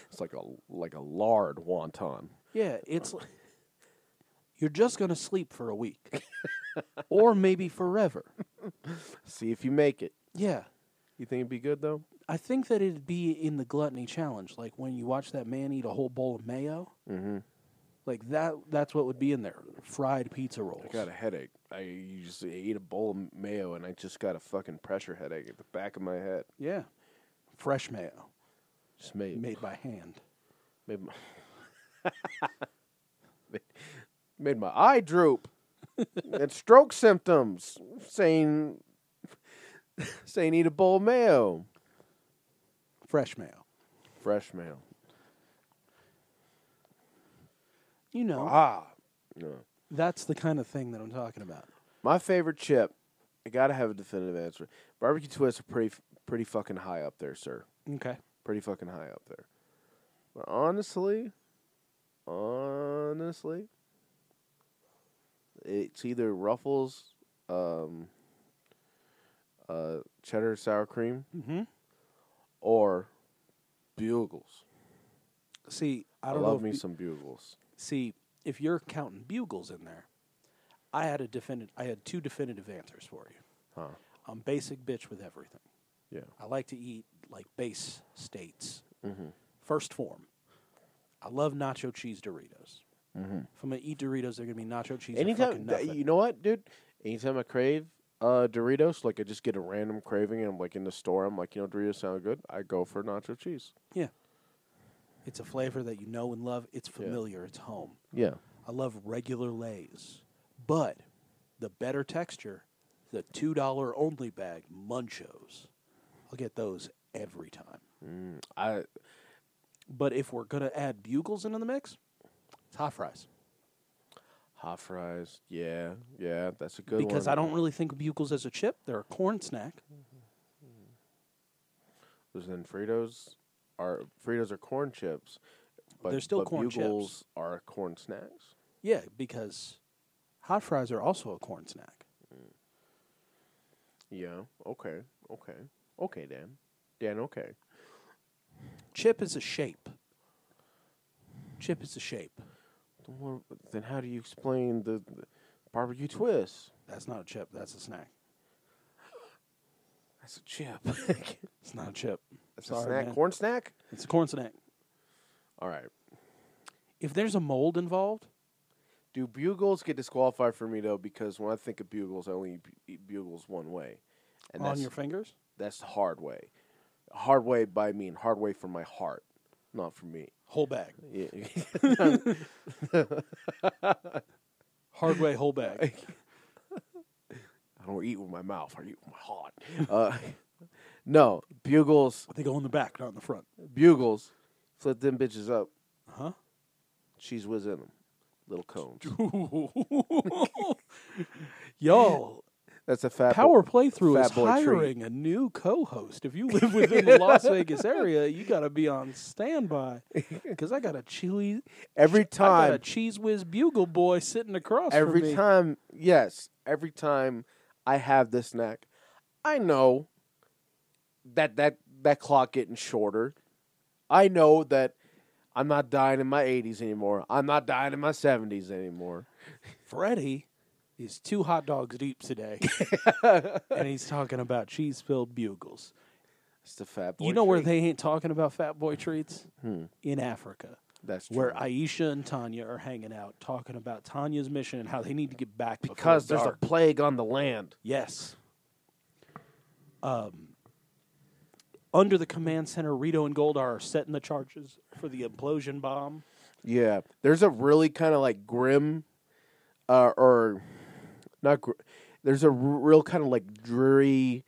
Speaker 3: It's like a like a lard wonton.
Speaker 2: Yeah, it's li- you're just going to sleep for a week or maybe forever.
Speaker 3: See if you make it.
Speaker 2: Yeah.
Speaker 3: You think it'd be good though?
Speaker 2: I think that it'd be in the gluttony challenge, like when you watch that man eat a whole bowl of mayo.
Speaker 3: Mm-hmm.
Speaker 2: Like that that's what would be in there. Fried pizza rolls.
Speaker 3: I got a headache. I just ate a bowl of mayo and I just got a fucking pressure headache at the back of my head.
Speaker 2: Yeah. Fresh mayo.
Speaker 3: Just made
Speaker 2: made
Speaker 3: made,
Speaker 2: by hand.
Speaker 3: my made, made my eye droop. and stroke symptoms. Saying saying eat a bowl of mayo.
Speaker 2: Fresh mayo.
Speaker 3: Fresh mayo.
Speaker 2: You know,
Speaker 3: Ah. No.
Speaker 2: that's the kind of thing that I'm talking about.
Speaker 3: My favorite chip. I gotta have a definitive answer. Barbecue twists are pretty pretty fucking high up there, sir.
Speaker 2: Okay.
Speaker 3: pretty fucking high up there. But honestly, honestly, it's either Ruffles, um, uh, cheddar sour
Speaker 2: Mm-hmm.
Speaker 3: cream,
Speaker 2: Mhm.
Speaker 3: or Bugles.
Speaker 2: See, I
Speaker 3: I
Speaker 2: don't know.
Speaker 3: love
Speaker 2: if
Speaker 3: me
Speaker 2: bu-
Speaker 3: some bugles.
Speaker 2: See, if you're counting bugles in there, I had a definite. I had two definitive answers for you.
Speaker 3: Huh.
Speaker 2: I'm basic bitch with everything.
Speaker 3: Yeah.
Speaker 2: I like to eat like base states.
Speaker 3: Mm-hmm.
Speaker 2: First form. I love nacho cheese Doritos. If I'm gonna eat Doritos, they're gonna be nacho cheese. or fucking
Speaker 3: Mm-hmm. Anytime th-
Speaker 2: nothing.
Speaker 3: you know what, dude? Anytime I crave uh, Doritos, like I just get a random craving, and I'm like in the store, I'm like, you know, Doritos sound good. I go for nacho cheese.
Speaker 2: yeah, it's a flavor that you know and love. It's
Speaker 3: Yeah.
Speaker 2: familiar. It's home.
Speaker 3: Yeah.
Speaker 2: I love regular Lay's, but the better texture, the two dollar only bag Munchos. I'll get those every time.
Speaker 3: I
Speaker 2: But if we're gonna add bugles into the mix, it's hot fries
Speaker 3: hot fries. Yeah, yeah, that's a good one.
Speaker 2: because I don't really think of bugles as a chip. They're a corn snack.
Speaker 3: Because then Fritos are Fritos are corn chips, but
Speaker 2: They're still
Speaker 3: but
Speaker 2: corn
Speaker 3: Bugles
Speaker 2: chips.
Speaker 3: are corn snacks.
Speaker 2: Yeah, because hot fries are also a corn snack.
Speaker 3: Yeah. Okay. Okay. Okay, Dan. Dan. Okay.
Speaker 2: Chip is a shape. Chip is a shape.
Speaker 3: Then what- Then how do you explain the, the barbecue twist?
Speaker 2: That's not a chip. That's a snack.
Speaker 3: That's a chip.
Speaker 2: It's not a chip.
Speaker 3: That's a
Speaker 2: Sorry,
Speaker 3: snack.
Speaker 2: man.
Speaker 3: Corn snack.
Speaker 2: It's a corn snack.
Speaker 3: All right.
Speaker 2: If there's a mold involved,
Speaker 3: Do bugles get disqualified for me though? Because when I think of bugles, I only bu- eat bugles one way, and
Speaker 2: on
Speaker 3: that's
Speaker 2: your fingers,
Speaker 3: that's the hard way. Hard way by mean hard way for my heart, not for me.
Speaker 2: whole bag.
Speaker 3: Yeah.
Speaker 2: Hard way, whole bag.
Speaker 3: I don't eat with my mouth. I eat with my heart. Uh, no, bugles,
Speaker 2: they go in the back, not in the front.
Speaker 3: bugles. Flip them bitches up.
Speaker 2: Huh?
Speaker 3: Cheese whiz in them. Little cones.
Speaker 2: Yo,
Speaker 3: That's a fat boy-
Speaker 2: Power Playthrough
Speaker 3: Fat
Speaker 2: is
Speaker 3: Boy treat.
Speaker 2: hiring a new co-host. If you live within the Las Vegas area, you got to be on standby because I got a chili.
Speaker 3: Every
Speaker 2: I got a
Speaker 3: time.
Speaker 2: cheese whiz bugle boy sitting across from
Speaker 3: Every
Speaker 2: me.
Speaker 3: time. Yes. Every time I have this snack, I know that that that clock getting shorter. I know that I'm not dying in my 80s anymore. I'm not dying in my 70s anymore.
Speaker 2: Freddie is two hot dogs deep today, and he's talking about cheese-filled bugles.
Speaker 3: It's the fat boy.
Speaker 2: you know where
Speaker 3: treat.
Speaker 2: they ain't talking about fat boy treats?
Speaker 3: Hmm.
Speaker 2: In Africa.
Speaker 3: That's true.
Speaker 2: where Aisha and Tanya are hanging out talking about Tanya's mission and how they need to get back before
Speaker 3: because there's
Speaker 2: dark.
Speaker 3: a plague on the land.
Speaker 2: yes. Um, under the command center, Rito and Goldar are setting the charges for the implosion bomb.
Speaker 3: Yeah, there's a really kind of like grim, uh, or not. Gr- there's a r- real kind of like dreary.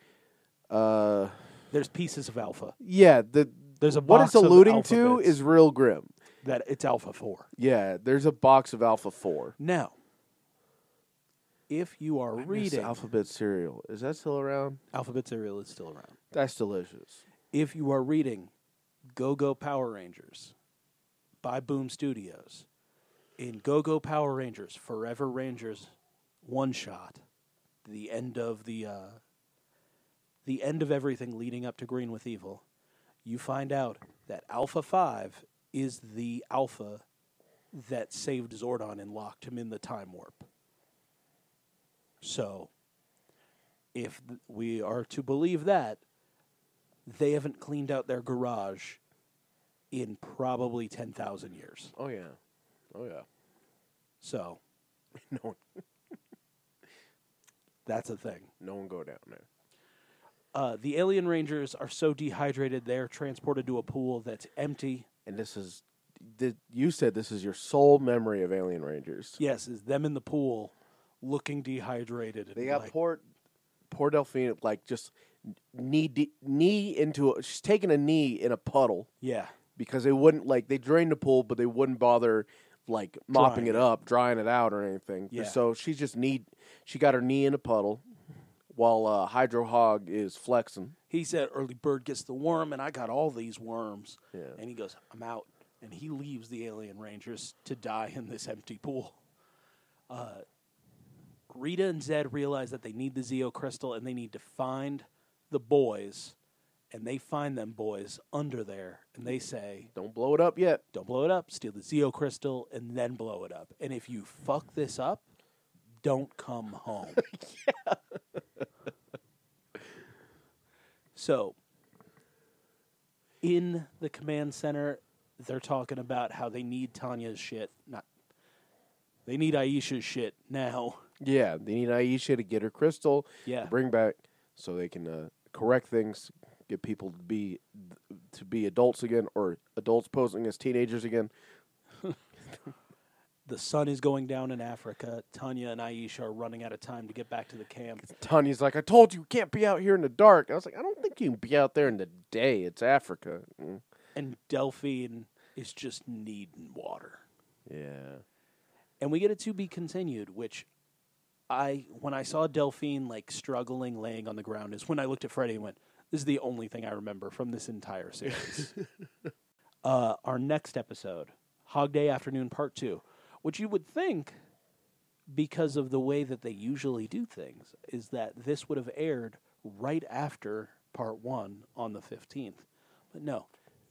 Speaker 3: Uh,
Speaker 2: There's pieces of Alpha
Speaker 3: yeah, the
Speaker 2: There's a
Speaker 3: what
Speaker 2: box
Speaker 3: it's
Speaker 2: of
Speaker 3: alluding
Speaker 2: alpha
Speaker 3: to
Speaker 2: bits.
Speaker 3: is real grim.
Speaker 2: that it's Alpha Four.
Speaker 3: Yeah, there's a box of Alpha Four.
Speaker 2: Now, if you are
Speaker 3: It's
Speaker 2: reading
Speaker 3: alphabet cereal. Is that still around?
Speaker 2: Alphabet Serial is still around.
Speaker 3: That's delicious.
Speaker 2: if you are reading Go Go Power Rangers by Boom Studios, in Go Go Power Rangers Forever Rangers one shot, the end of the uh, the end of everything leading up to Green with Evil, you find out that Alpha Five is the Alpha that saved Zordon and locked him in the time warp. So, if th- we are to believe that, they haven't cleaned out their garage in probably 10,000 years.
Speaker 3: Oh yeah, oh yeah.
Speaker 2: So
Speaker 3: No, one-
Speaker 2: that's a thing.
Speaker 3: no one go down there.
Speaker 2: Uh, the alien rangers are so dehydrated, they're transported to a pool that's empty.
Speaker 3: And this is, did you said this is your sole memory of Alien Rangers?
Speaker 2: Yes, is them in the pool looking dehydrated. and
Speaker 3: They got
Speaker 2: like-
Speaker 3: poor, poor Delphine like just knee de- knee into a, she's taking a knee in a puddle
Speaker 2: Yeah.
Speaker 3: because they wouldn't like they drained the pool, but they wouldn't bother like mopping
Speaker 2: Drying
Speaker 3: it
Speaker 2: it.
Speaker 3: up, drying it out, or anything.
Speaker 2: Yeah.
Speaker 3: So she's just knee she got her knee in a puddle while uh, Hydro Hog is flexing.
Speaker 2: He said, Early bird gets the worm, and I got all these worms.
Speaker 3: Yeah.
Speaker 2: And he goes, I'm out. And he leaves the alien rangers to die in this empty pool. Uh, Rita and Zed realize that they need the Zeo crystal and they need to find the boys and they find them boys under there, and they say,
Speaker 3: Don't blow it up yet.
Speaker 2: "Don't blow it up. Steal the Zeo crystal, and then blow it up. And if you fuck this up, don't come home." So, in the command center, they're talking about how they need Tanya's shit. Not they need Aisha's shit now.
Speaker 3: Yeah, they need Aisha to get her crystal.
Speaker 2: Yeah.
Speaker 3: to bring back so they can uh, correct things, get people to be to be adults again or adults posing as teenagers again.
Speaker 2: The sun is going down in Africa. Tanya and Aisha are running out of time to get back to the camp.
Speaker 3: Tanya's like, I told you, you can't be out here in the dark. I was like, I don't think you can be out there in the day. It's Africa. Mm.
Speaker 2: And Delphine is just needing water.
Speaker 3: Yeah.
Speaker 2: And we get a to be continued, which I, when I saw Delphine like struggling, laying on the ground, is when I looked at Freddie and went, this is the only thing I remember from this entire series. uh, our next episode, Hog Day Afternoon Part 2, which you would think, because of the way that they usually do things, is that this would have aired right after Part 1 on the 15th. But no,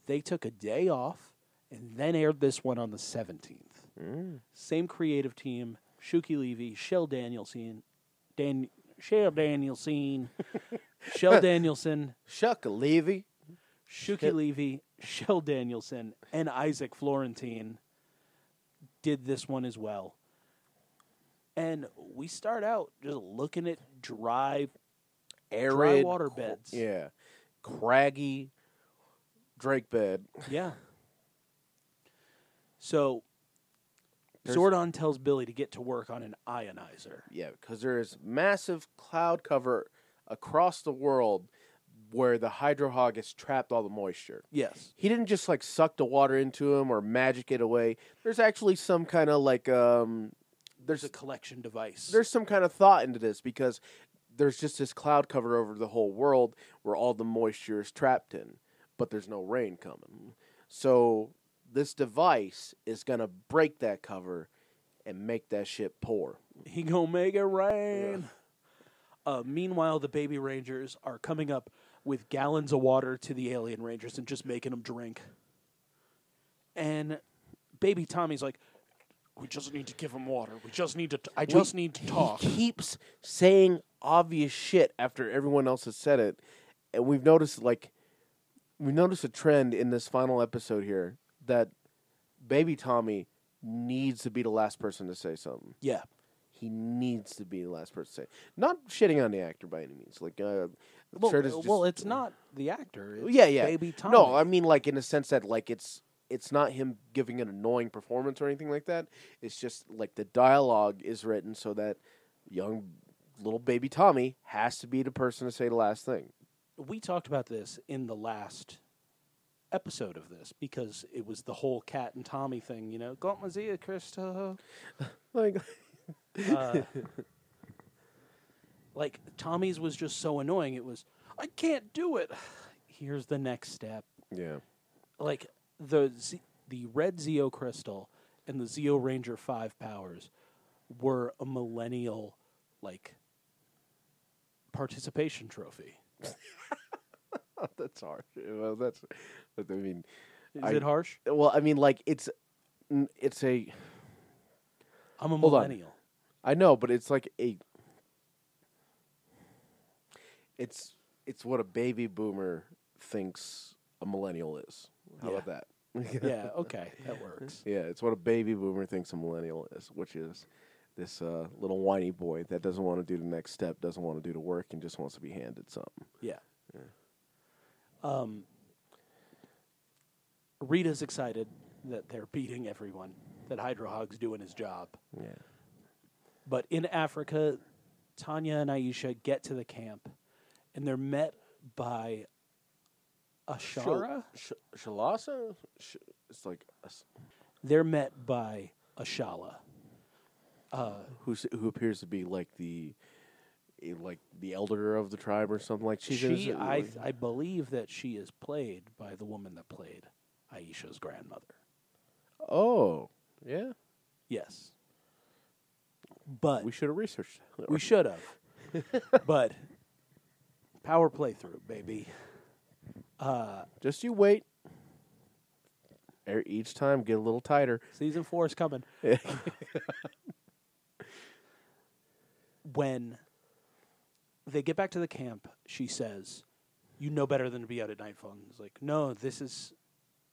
Speaker 2: they took a day off and then aired this one on the 17th same creative team, Shuki Levy, Shell Danielson, Dan Shell Danielson, Shell Danielson,
Speaker 3: Shuck Levy.
Speaker 2: Shuki Levy, Shell Danielson, and Isaac Florentine did this one as well. And we start out just looking at dry
Speaker 3: Arid
Speaker 2: water
Speaker 3: qu-
Speaker 2: beds.
Speaker 3: Yeah. Craggy Drake bed.
Speaker 2: Yeah. So
Speaker 3: There's-
Speaker 2: Zordon tells Billy to get to work on an ionizer.
Speaker 3: Yeah, because there is massive cloud cover across the world where the hydro hog has trapped all the moisture.
Speaker 2: Yes.
Speaker 3: He didn't just like suck the water into him or magic it away. There's actually some kind of like um
Speaker 2: There's a collection device.
Speaker 3: there's some kind of thought into this because there's just this cloud cover over the whole world where all the moisture is trapped in, but there's no rain coming. So this device is gonna break that cover and make that shit pour.
Speaker 2: He gonna make it rain. Uh, meanwhile, the baby rangers are coming up with gallons of water to the alien rangers and just making them drink. And baby Tommy's like, "We just need to give him water. We just need to. T- I just need to talk."
Speaker 3: He keeps saying obvious shit after everyone else has said it, and we've noticed like we've noticed a trend in this final episode here that baby Tommy needs to be the last person to say something.
Speaker 2: yeah,
Speaker 3: He needs to be the last person to say. Not shitting on the actor by any means. Like, uh,
Speaker 2: well,
Speaker 3: Curtis just-
Speaker 2: well, it's not the actor. It's
Speaker 3: yeah, yeah.
Speaker 2: baby Tommy.
Speaker 3: No, I mean like in a sense that like it's it's not him giving an annoying performance or anything like that. It's just like the dialogue is written so that young little baby Tommy has to be the person to say the last thing.
Speaker 2: we talked about this in the last episode of this because it was the whole cat and Tommy thing. You know, got my Zia Christo.
Speaker 3: Like
Speaker 2: uh, like Tommy's was just so annoying. It was, I can't do it. Here's the next step.
Speaker 3: yeah.
Speaker 2: Like the Z- the red Zeo crystal and the Zeo Ranger five powers were a millennial like participation trophy.
Speaker 3: that's hard. Well, that's but I mean
Speaker 2: Is
Speaker 3: I-
Speaker 2: it harsh?
Speaker 3: well, I mean like it's n- it's a
Speaker 2: I'm a
Speaker 3: Hold on.
Speaker 2: millennial.
Speaker 3: I know, but it's like a it's it's what a baby boomer thinks a millennial is. How
Speaker 2: Yeah.
Speaker 3: about that?
Speaker 2: yeah. Okay, that works.
Speaker 3: Yeah, it's what a baby boomer thinks a millennial is, which is this uh, little whiny boy that doesn't want to do the next step, doesn't want to do the work, and just wants to be handed something.
Speaker 2: Yeah. Um, Rita's excited that they're beating everyone, that Hydro Hog's doing his job.
Speaker 3: Yeah.
Speaker 2: But in Africa, Tanya and Aisha get to the camp and they're met by Ashara.
Speaker 3: Sh- Shalasa? Sh- it's like a s
Speaker 2: They're met by Ashala.
Speaker 3: who's, who appears to be like the eh, like the elder of the tribe or something like she's in
Speaker 2: she,
Speaker 3: his- uh,
Speaker 2: I, I believe that she is played by the woman that played Aisha's grandmother.
Speaker 3: oh yeah
Speaker 2: Yes. But
Speaker 3: we should have researched that.
Speaker 2: We should have. but power playthrough, baby.
Speaker 3: Just you wait. E- Each time, get a little tighter.
Speaker 2: Season four is coming. when they get back to the camp, she says, "You know better than to be out at nightfall." And he's like, "No, this is,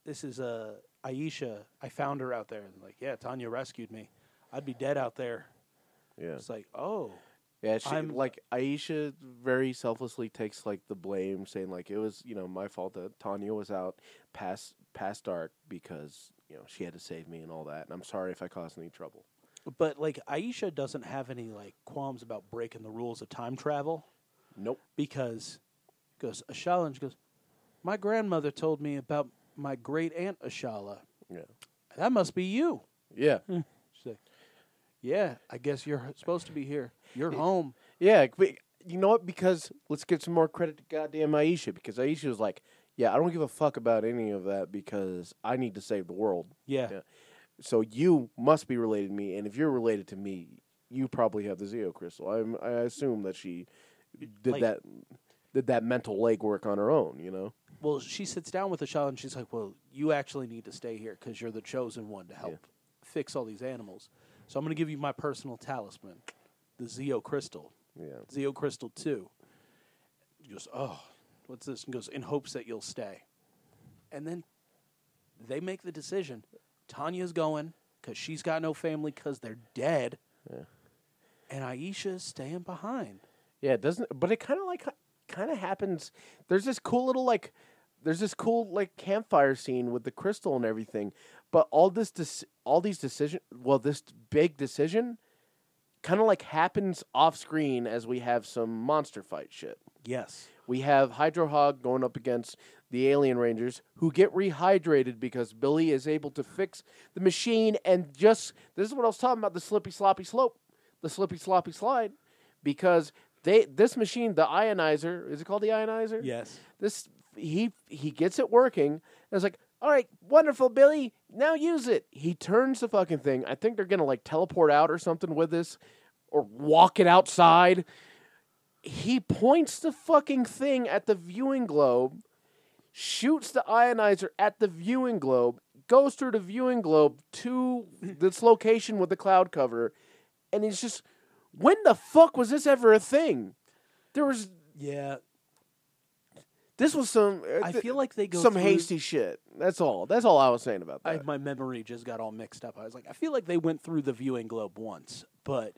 Speaker 2: this is uh, Aisha. I found her out there." And like, "Yeah, Tanya rescued me. I'd be dead out there."
Speaker 3: Yeah,
Speaker 2: It's like, "Oh,
Speaker 3: yeah. She,
Speaker 2: I'm-
Speaker 3: like Aisha very selflessly takes like the blame, saying like it was you know my fault that Tanya was out past past dark because you know she had to save me and all that, and I'm sorry if I caused any trouble.
Speaker 2: but like Aisha doesn't have any like qualms about breaking the rules of time travel."
Speaker 3: Nope.
Speaker 2: because goes Ashala and she goes, My grandmother told me about my great aunt Ashala.
Speaker 3: Yeah.
Speaker 2: That must be you.
Speaker 3: Yeah.
Speaker 2: She's like, Yeah, I guess you're h- supposed to be here. You're home.
Speaker 3: Yeah, but you know what? Because let's give some more credit to goddamn Aisha because Aisha was like, "Yeah, I don't give a fuck about any of that because I need to save the world."
Speaker 2: Yeah.
Speaker 3: Yeah. So you must be related to me, and if you're related to me, you probably have the Zeo crystal. I'm, I assume that she did
Speaker 2: Like-
Speaker 3: that did that mental legwork on her own. You know?
Speaker 2: Well, she sits down with Ashala and she's like, Well, you actually need to stay here because you're the chosen one to help fix all these animals. So I'm going to give you my personal talisman, the Zeo Crystal.
Speaker 3: Yeah.
Speaker 2: Zeo Crystal 2. He goes, Oh, what's this? And goes, In hopes that you'll stay. And then they make the decision. Tanya's going because she's got no family because they're dead. And Aisha's staying behind.
Speaker 3: Yeah, it doesn't. But it kind of like kind of happens. There's this cool little like. There's this cool like campfire scene with the crystal and everything, but all this dec- all these decision well this big decision, kind of like happens off screen as we have some monster fight shit.
Speaker 2: Yes.
Speaker 3: We have Hydro Hog going up against the Alien Rangers, who get rehydrated because Billy is able to fix the machine. And just this is what I was talking about the slippy, sloppy slope, the slippy, sloppy slide, because they this machine, the ionizer, is it called the ionizer?
Speaker 2: Yes.
Speaker 3: This he he gets it working. And it's like, all right, wonderful, Billy. Now use it. He turns the fucking thing. I think they're gonna like teleport out or something with this, or walk it outside. He points the fucking thing at the viewing globe, shoots the ionizer at the viewing globe, goes through the viewing globe to this location with the cloud cover, and it's just, when the fuck was this ever a thing? There was
Speaker 2: Yeah.
Speaker 3: this was some. uh,
Speaker 2: I
Speaker 3: th-
Speaker 2: feel like they go
Speaker 3: some
Speaker 2: through-
Speaker 3: hasty shit. That's all. That's all I was saying about
Speaker 2: I,
Speaker 3: that.
Speaker 2: my memory just got all mixed up. I was like, I feel like they went through the viewing globe once, but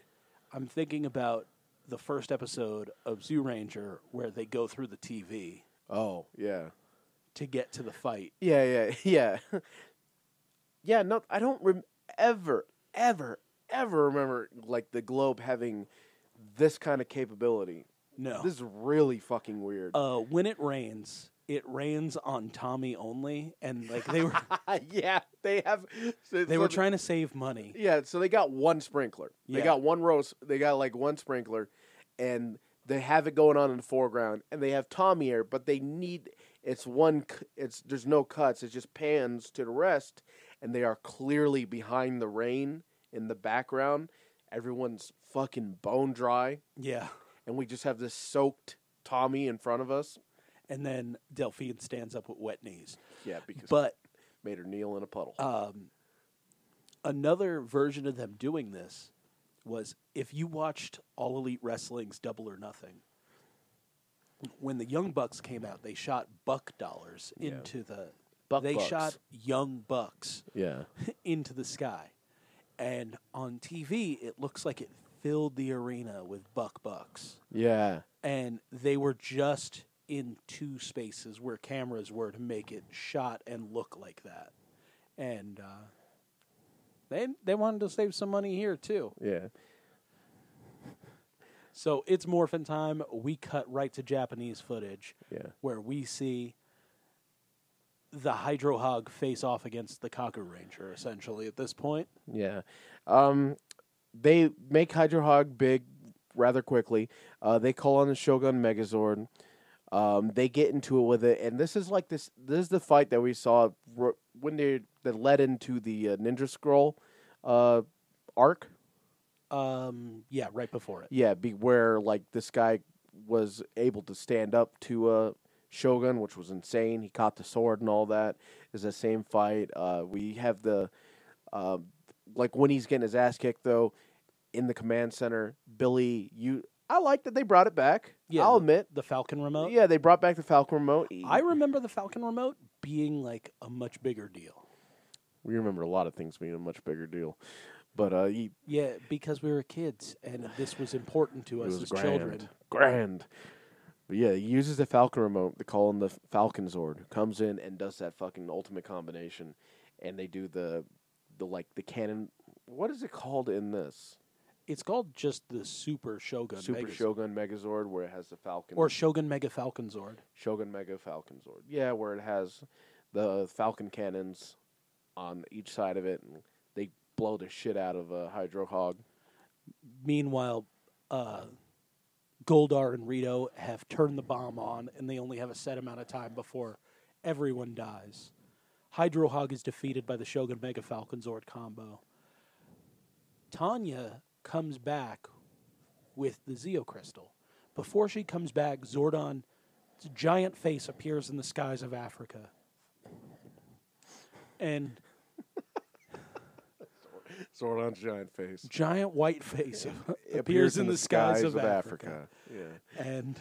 Speaker 2: I'm thinking about the first episode of Zoo Ranger where they go through the TV
Speaker 3: oh yeah,
Speaker 2: to get to the fight.
Speaker 3: yeah, yeah, yeah, yeah. No, I don't rem- ever, ever, ever remember like the globe having this kind of capability.
Speaker 2: No.
Speaker 3: This is really fucking weird.
Speaker 2: uh, when it rains, it rains on Tommy only, and like they were
Speaker 3: yeah, they have. so-
Speaker 2: they
Speaker 3: so
Speaker 2: were
Speaker 3: th-
Speaker 2: trying to save money.
Speaker 3: Yeah, so they got one sprinkler. They
Speaker 2: Yeah.
Speaker 3: got one rose. They got like one sprinkler, and they have it going on in the foreground, and they have Tommy here, but they need it's one. c- It's there's no cuts. It's just pans to the rest, and they are clearly behind the rain in the background. Everyone's fucking bone dry,
Speaker 2: Yeah,
Speaker 3: and we just have this soaked Tommy in front of us.
Speaker 2: and then Delphine stands up with wet knees.
Speaker 3: Yeah, because
Speaker 2: But
Speaker 3: made her kneel in a puddle.
Speaker 2: another version of them doing this was if you watched All Elite Wrestling's Double or Nothing. When the Young Bucks came out, they shot buck dollars into the.
Speaker 3: Buck
Speaker 2: they
Speaker 3: bucks.
Speaker 2: shot Young Bucks.
Speaker 3: yeah,
Speaker 2: into the sky. And on TV, it looks like it filled the arena with buck bucks.
Speaker 3: yeah,
Speaker 2: And they were just in two spaces where cameras were to make it shot and look like that. And uh, they, they wanted to save some money here, too.
Speaker 3: yeah.
Speaker 2: So it's morphin' time. We cut right to Japanese footage
Speaker 3: Yeah.
Speaker 2: where we see the Hydro Hog face off against the Kaku Ranger, essentially, at this point.
Speaker 3: Yeah. Um, they make Hydro Hog big rather quickly. Uh, they call on the Shogun Megazord. Um, they get into it with it, and this is like this. This is the fight that we saw r- when they that led into the uh, Ninja Scroll uh, arc.
Speaker 2: Um, yeah, right before it.
Speaker 3: Yeah, be where like this guy was able to stand up to uh, Shogun, which was insane. He caught the sword and all that. Is the same fight. Uh, we have the uh, like when he's getting his ass kicked though in the command center. Billy, you I like that they brought it back.
Speaker 2: Yeah,
Speaker 3: I'll
Speaker 2: the-
Speaker 3: admit.
Speaker 2: the Falcon remote.
Speaker 3: Yeah, they brought back the Falcon remote.
Speaker 2: I remember the Falcon remote being like a much bigger deal.
Speaker 3: we remember a lot of things being a much bigger deal, but uh, he,
Speaker 2: Yeah, because we were kids and this was important to
Speaker 3: it
Speaker 2: us
Speaker 3: was
Speaker 2: as
Speaker 3: grand,
Speaker 2: children.
Speaker 3: grand. But yeah, he uses the Falcon remote to call in the Falcon Zord. Comes in and does that fucking ultimate combination, and they do the, the like the cannon. What is it called in this
Speaker 2: It's called just the Super Shogun
Speaker 3: Super
Speaker 2: Megazord.
Speaker 3: Shogun Megazord, where it has the Falcon
Speaker 2: or Shogun Mega Falcon Zord.
Speaker 3: Shogun Mega Falcon Zord. Yeah, where it has the Falcon cannons on each side of it, and they blow the shit out of a Hydro Hog.
Speaker 2: Meanwhile, uh, Goldar and Rito have turned the bomb on, and they only have a set amount of time before everyone dies. Hydrohog is defeated by the Shogun Mega Falcon Zord combo. Tanya comes back with the Zeo Crystal. Before she comes back, Zordon's giant face appears in the skies of Africa. And
Speaker 3: Zordon's giant face.
Speaker 2: giant white face appears in the skies of Africa.
Speaker 3: Yeah,
Speaker 2: And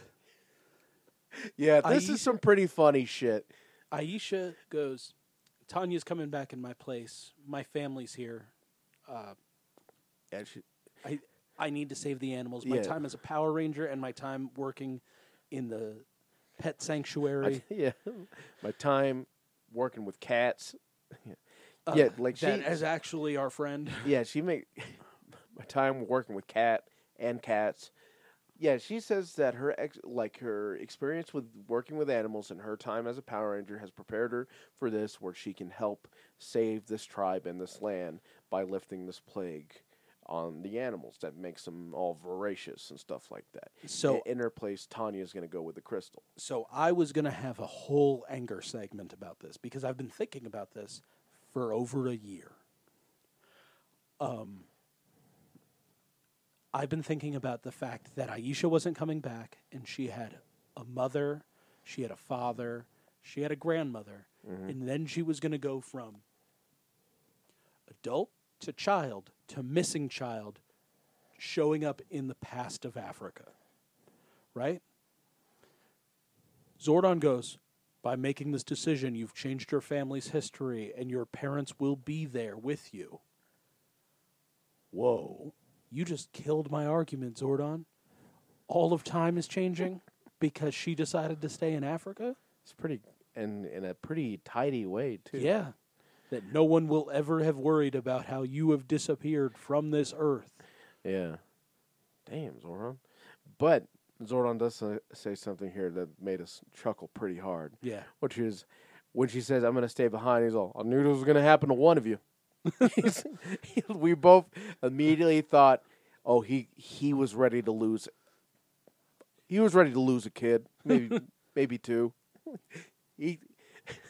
Speaker 3: yeah. This
Speaker 2: Aisha-
Speaker 3: is some pretty funny shit.
Speaker 2: Aisha goes, Tanya's coming back in my place. My family's here.
Speaker 3: And she-
Speaker 2: I, I need to save the animals. My
Speaker 3: Yeah.
Speaker 2: time as a Power Ranger and my time working in the pet
Speaker 3: I-
Speaker 2: sanctuary.
Speaker 3: yeah, my time working with cats. Yeah, yeah like she.
Speaker 2: that is actually our friend.
Speaker 3: yeah, she made my time working with cat and cats. Yeah, she says that her ex, like her experience with working with animals and her time as a Power Ranger has prepared her for this, where she can help save this tribe and this land by lifting this plague on the animals that makes them all voracious and stuff like that.
Speaker 2: So-
Speaker 3: I- in her place, Tanya's going to go with the crystal.
Speaker 2: So I was going to have a whole anger segment about this because I've been thinking about this for over a year. Um, I've been thinking about the fact that Aisha wasn't coming back and she had a mother, she had a father, she had a grandmother, and then she was going to go from adult to child to missing child showing up in the past of Africa. Right? Zordon goes, By making this decision, you've changed your family's history, and your parents will be there with you. Whoa. You just killed my argument, Zordon. All of time is changing because she decided to stay in Africa?
Speaker 3: It's pretty and in a pretty tidy way too.
Speaker 2: Yeah. That no one will ever have worried about how you have disappeared from this earth.
Speaker 3: Yeah. Damn, Zordon. But Zordon does sa- say something here that made us chuckle pretty hard.
Speaker 2: Yeah.
Speaker 3: Which is when she says, I'm going to stay behind, he's all, I knew this was going to happen to one of you. He's- we both immediately thought, oh, he, he was ready to lose. He was ready to lose a kid, maybe maybe two. He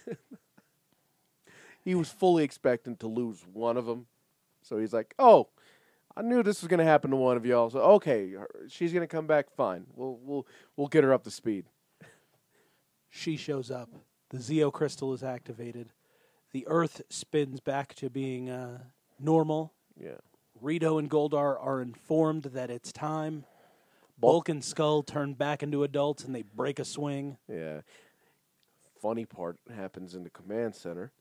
Speaker 3: he was fully expecting to lose one of them, so he's like, "Oh, I knew this was going to happen to one of y'all. So okay, her- she's going to come back. Fine, we'll we'll we'll get her up to speed.
Speaker 2: She shows up. The Zeo crystal is activated. The Earth spins back to being uh, normal.
Speaker 3: Yeah,
Speaker 2: Rito and Goldar are informed that it's time.
Speaker 3: Bulk-
Speaker 2: Bulk and Skull turn back into adults and they break a swing.
Speaker 3: yeah. Funny part happens in the command center.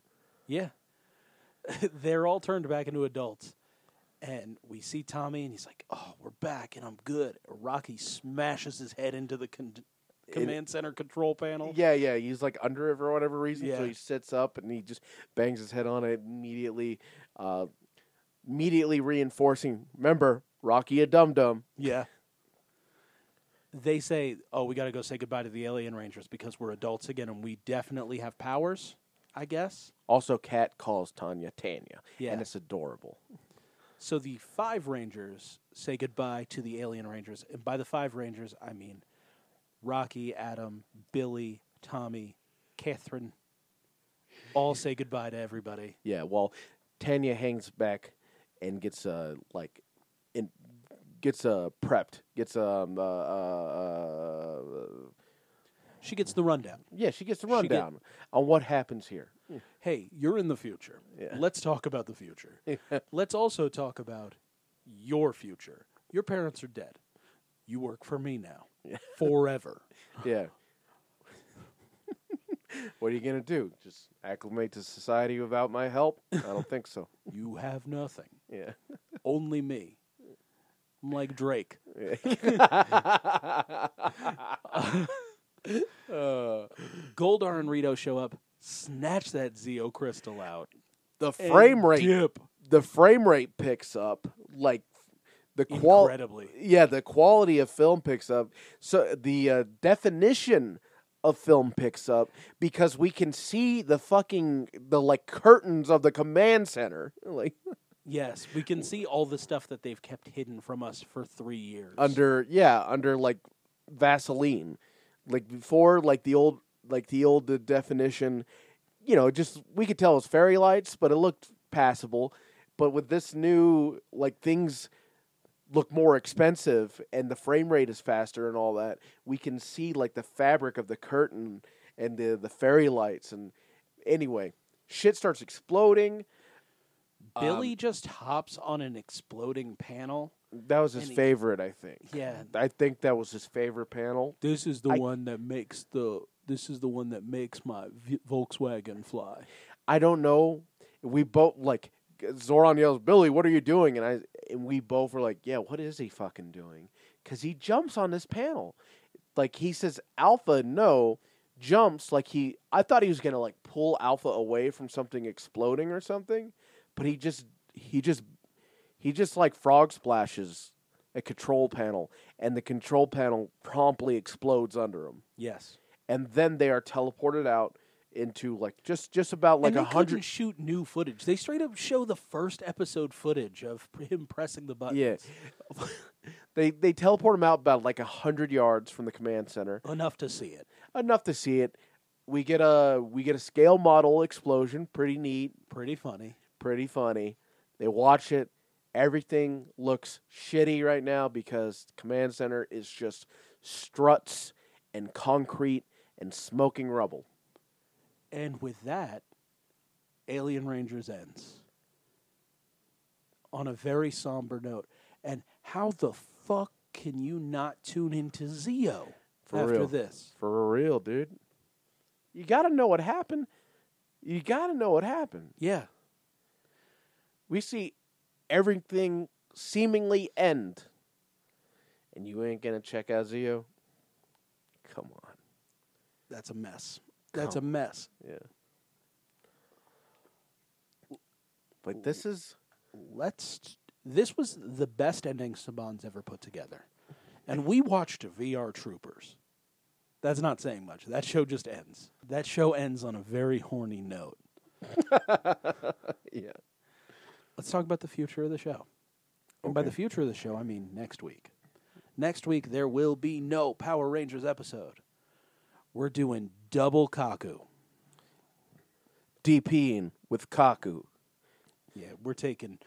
Speaker 2: Yeah. They're all turned back into adults. And we see Tommy and he's like, oh, we're back and I'm good. Rocky smashes his head into the con- command center control panel.
Speaker 3: Yeah, yeah. He's like under it for whatever reason, so
Speaker 2: Yeah.
Speaker 3: he sits up and he just bangs his head on it immediately. Uh, immediately reinforcing. Remember, Rocky a dum dum.
Speaker 2: Yeah. They say, "Oh, we got to go say goodbye to the alien rangers because we're adults again and we definitely have powers." I guess.
Speaker 3: Also, Cat calls Tanya Tanya,
Speaker 2: Yeah.
Speaker 3: and it's adorable.
Speaker 2: So the five rangers say goodbye to the alien rangers, and by the five rangers, I mean Rocky, Adam, Billy, Tommy, Catherine. All say goodbye to everybody.
Speaker 3: Yeah, well, Tanya hangs back and gets uh like in gets uh prepped, gets um uh, uh, uh
Speaker 2: She gets the rundown.
Speaker 3: Yeah, she gets the
Speaker 2: She get-
Speaker 3: rundown on what happens here.
Speaker 2: Hey, you're in the future.
Speaker 3: Yeah.
Speaker 2: Let's talk about the future. Let's also talk about your future. Your parents are dead. You work for me now. Forever.
Speaker 3: Yeah. what are you gonna do? Just acclimate to society without my help? I don't think so.
Speaker 2: You have nothing.
Speaker 3: Yeah.
Speaker 2: Only me. I'm like Drake. Goldar and Rito show up, snatch that Zeo crystal out.
Speaker 3: The
Speaker 2: and
Speaker 3: frame rate.
Speaker 2: Dip.
Speaker 3: The frame rate picks up like the quality.
Speaker 2: Incredibly.
Speaker 3: Yeah, the quality of film picks up. So the uh, definition of film picks up because we can see the fucking the like curtains of the command center like
Speaker 2: Yes, we can see all the stuff that they've kept hidden from us for three years.
Speaker 3: under yeah under like Vaseline, like before like the old like the old uh, definition, you know, just we could tell it was fairy lights, but it looked passable. But with this new like things look more expensive and the frame rate is faster and all that, we can see like the fabric of the curtain and the the fairy lights and anyway, shit starts exploding.
Speaker 2: Billy just hops on an exploding panel.
Speaker 3: That was his
Speaker 2: And he-
Speaker 3: favorite, I think.
Speaker 2: Yeah.
Speaker 3: I think that was his favorite panel.
Speaker 2: This is the
Speaker 3: I-
Speaker 2: one that makes the. This is the one that makes my v- Volkswagen fly.
Speaker 3: I don't know. We both like Zoran yells, "Billy, what are you doing?" And I and we both were like, "Yeah, what is he fucking doing?" Because he jumps on this panel, like he says, "Alpha, no." Jumps like he. I thought he was gonna like pull Alpha away from something exploding or something, but he just he just he just like frog splashes a control panel, and the control panel promptly explodes under him,
Speaker 2: Yes.
Speaker 3: and then they are teleported out into like just just about like
Speaker 2: and
Speaker 3: a
Speaker 2: they couldn't
Speaker 3: hundred
Speaker 2: shoot new footage. They straight up show the first episode footage of him pressing the button.
Speaker 3: Yeah. they they teleport him out about like a hundred yards from the command center,
Speaker 2: Enough to see it.
Speaker 3: enough to see it. We get a we get a scale model explosion, pretty neat,
Speaker 2: Pretty funny.
Speaker 3: pretty funny. They watch it. Everything looks shitty right now because command center is just struts and concrete and smoking rubble.
Speaker 2: And with that, Alien Rangers ends on a very somber note. And how the fuck can you not tune into Zeo
Speaker 3: For
Speaker 2: after
Speaker 3: real.
Speaker 2: this?
Speaker 3: For real, dude. You got to know what happened. You got to know what happened.
Speaker 2: Yeah.
Speaker 3: We see everything seemingly end. And you ain't gonna check out Zio? Come on.
Speaker 2: That's a mess. That's a mess.
Speaker 3: Yeah. But this is
Speaker 2: Let's. This was the best ending Saban's ever put together. And we watched VR Troopers. That's not saying much. That show just ends. That show ends on a very horny note.
Speaker 3: Yeah.
Speaker 2: Let's talk about the future of the show. And by the future of the show, I mean next week. Next week, there will be no Power Rangers episode. We're doing double Kaku.
Speaker 3: DPing with Kaku.
Speaker 2: Yeah, we're taking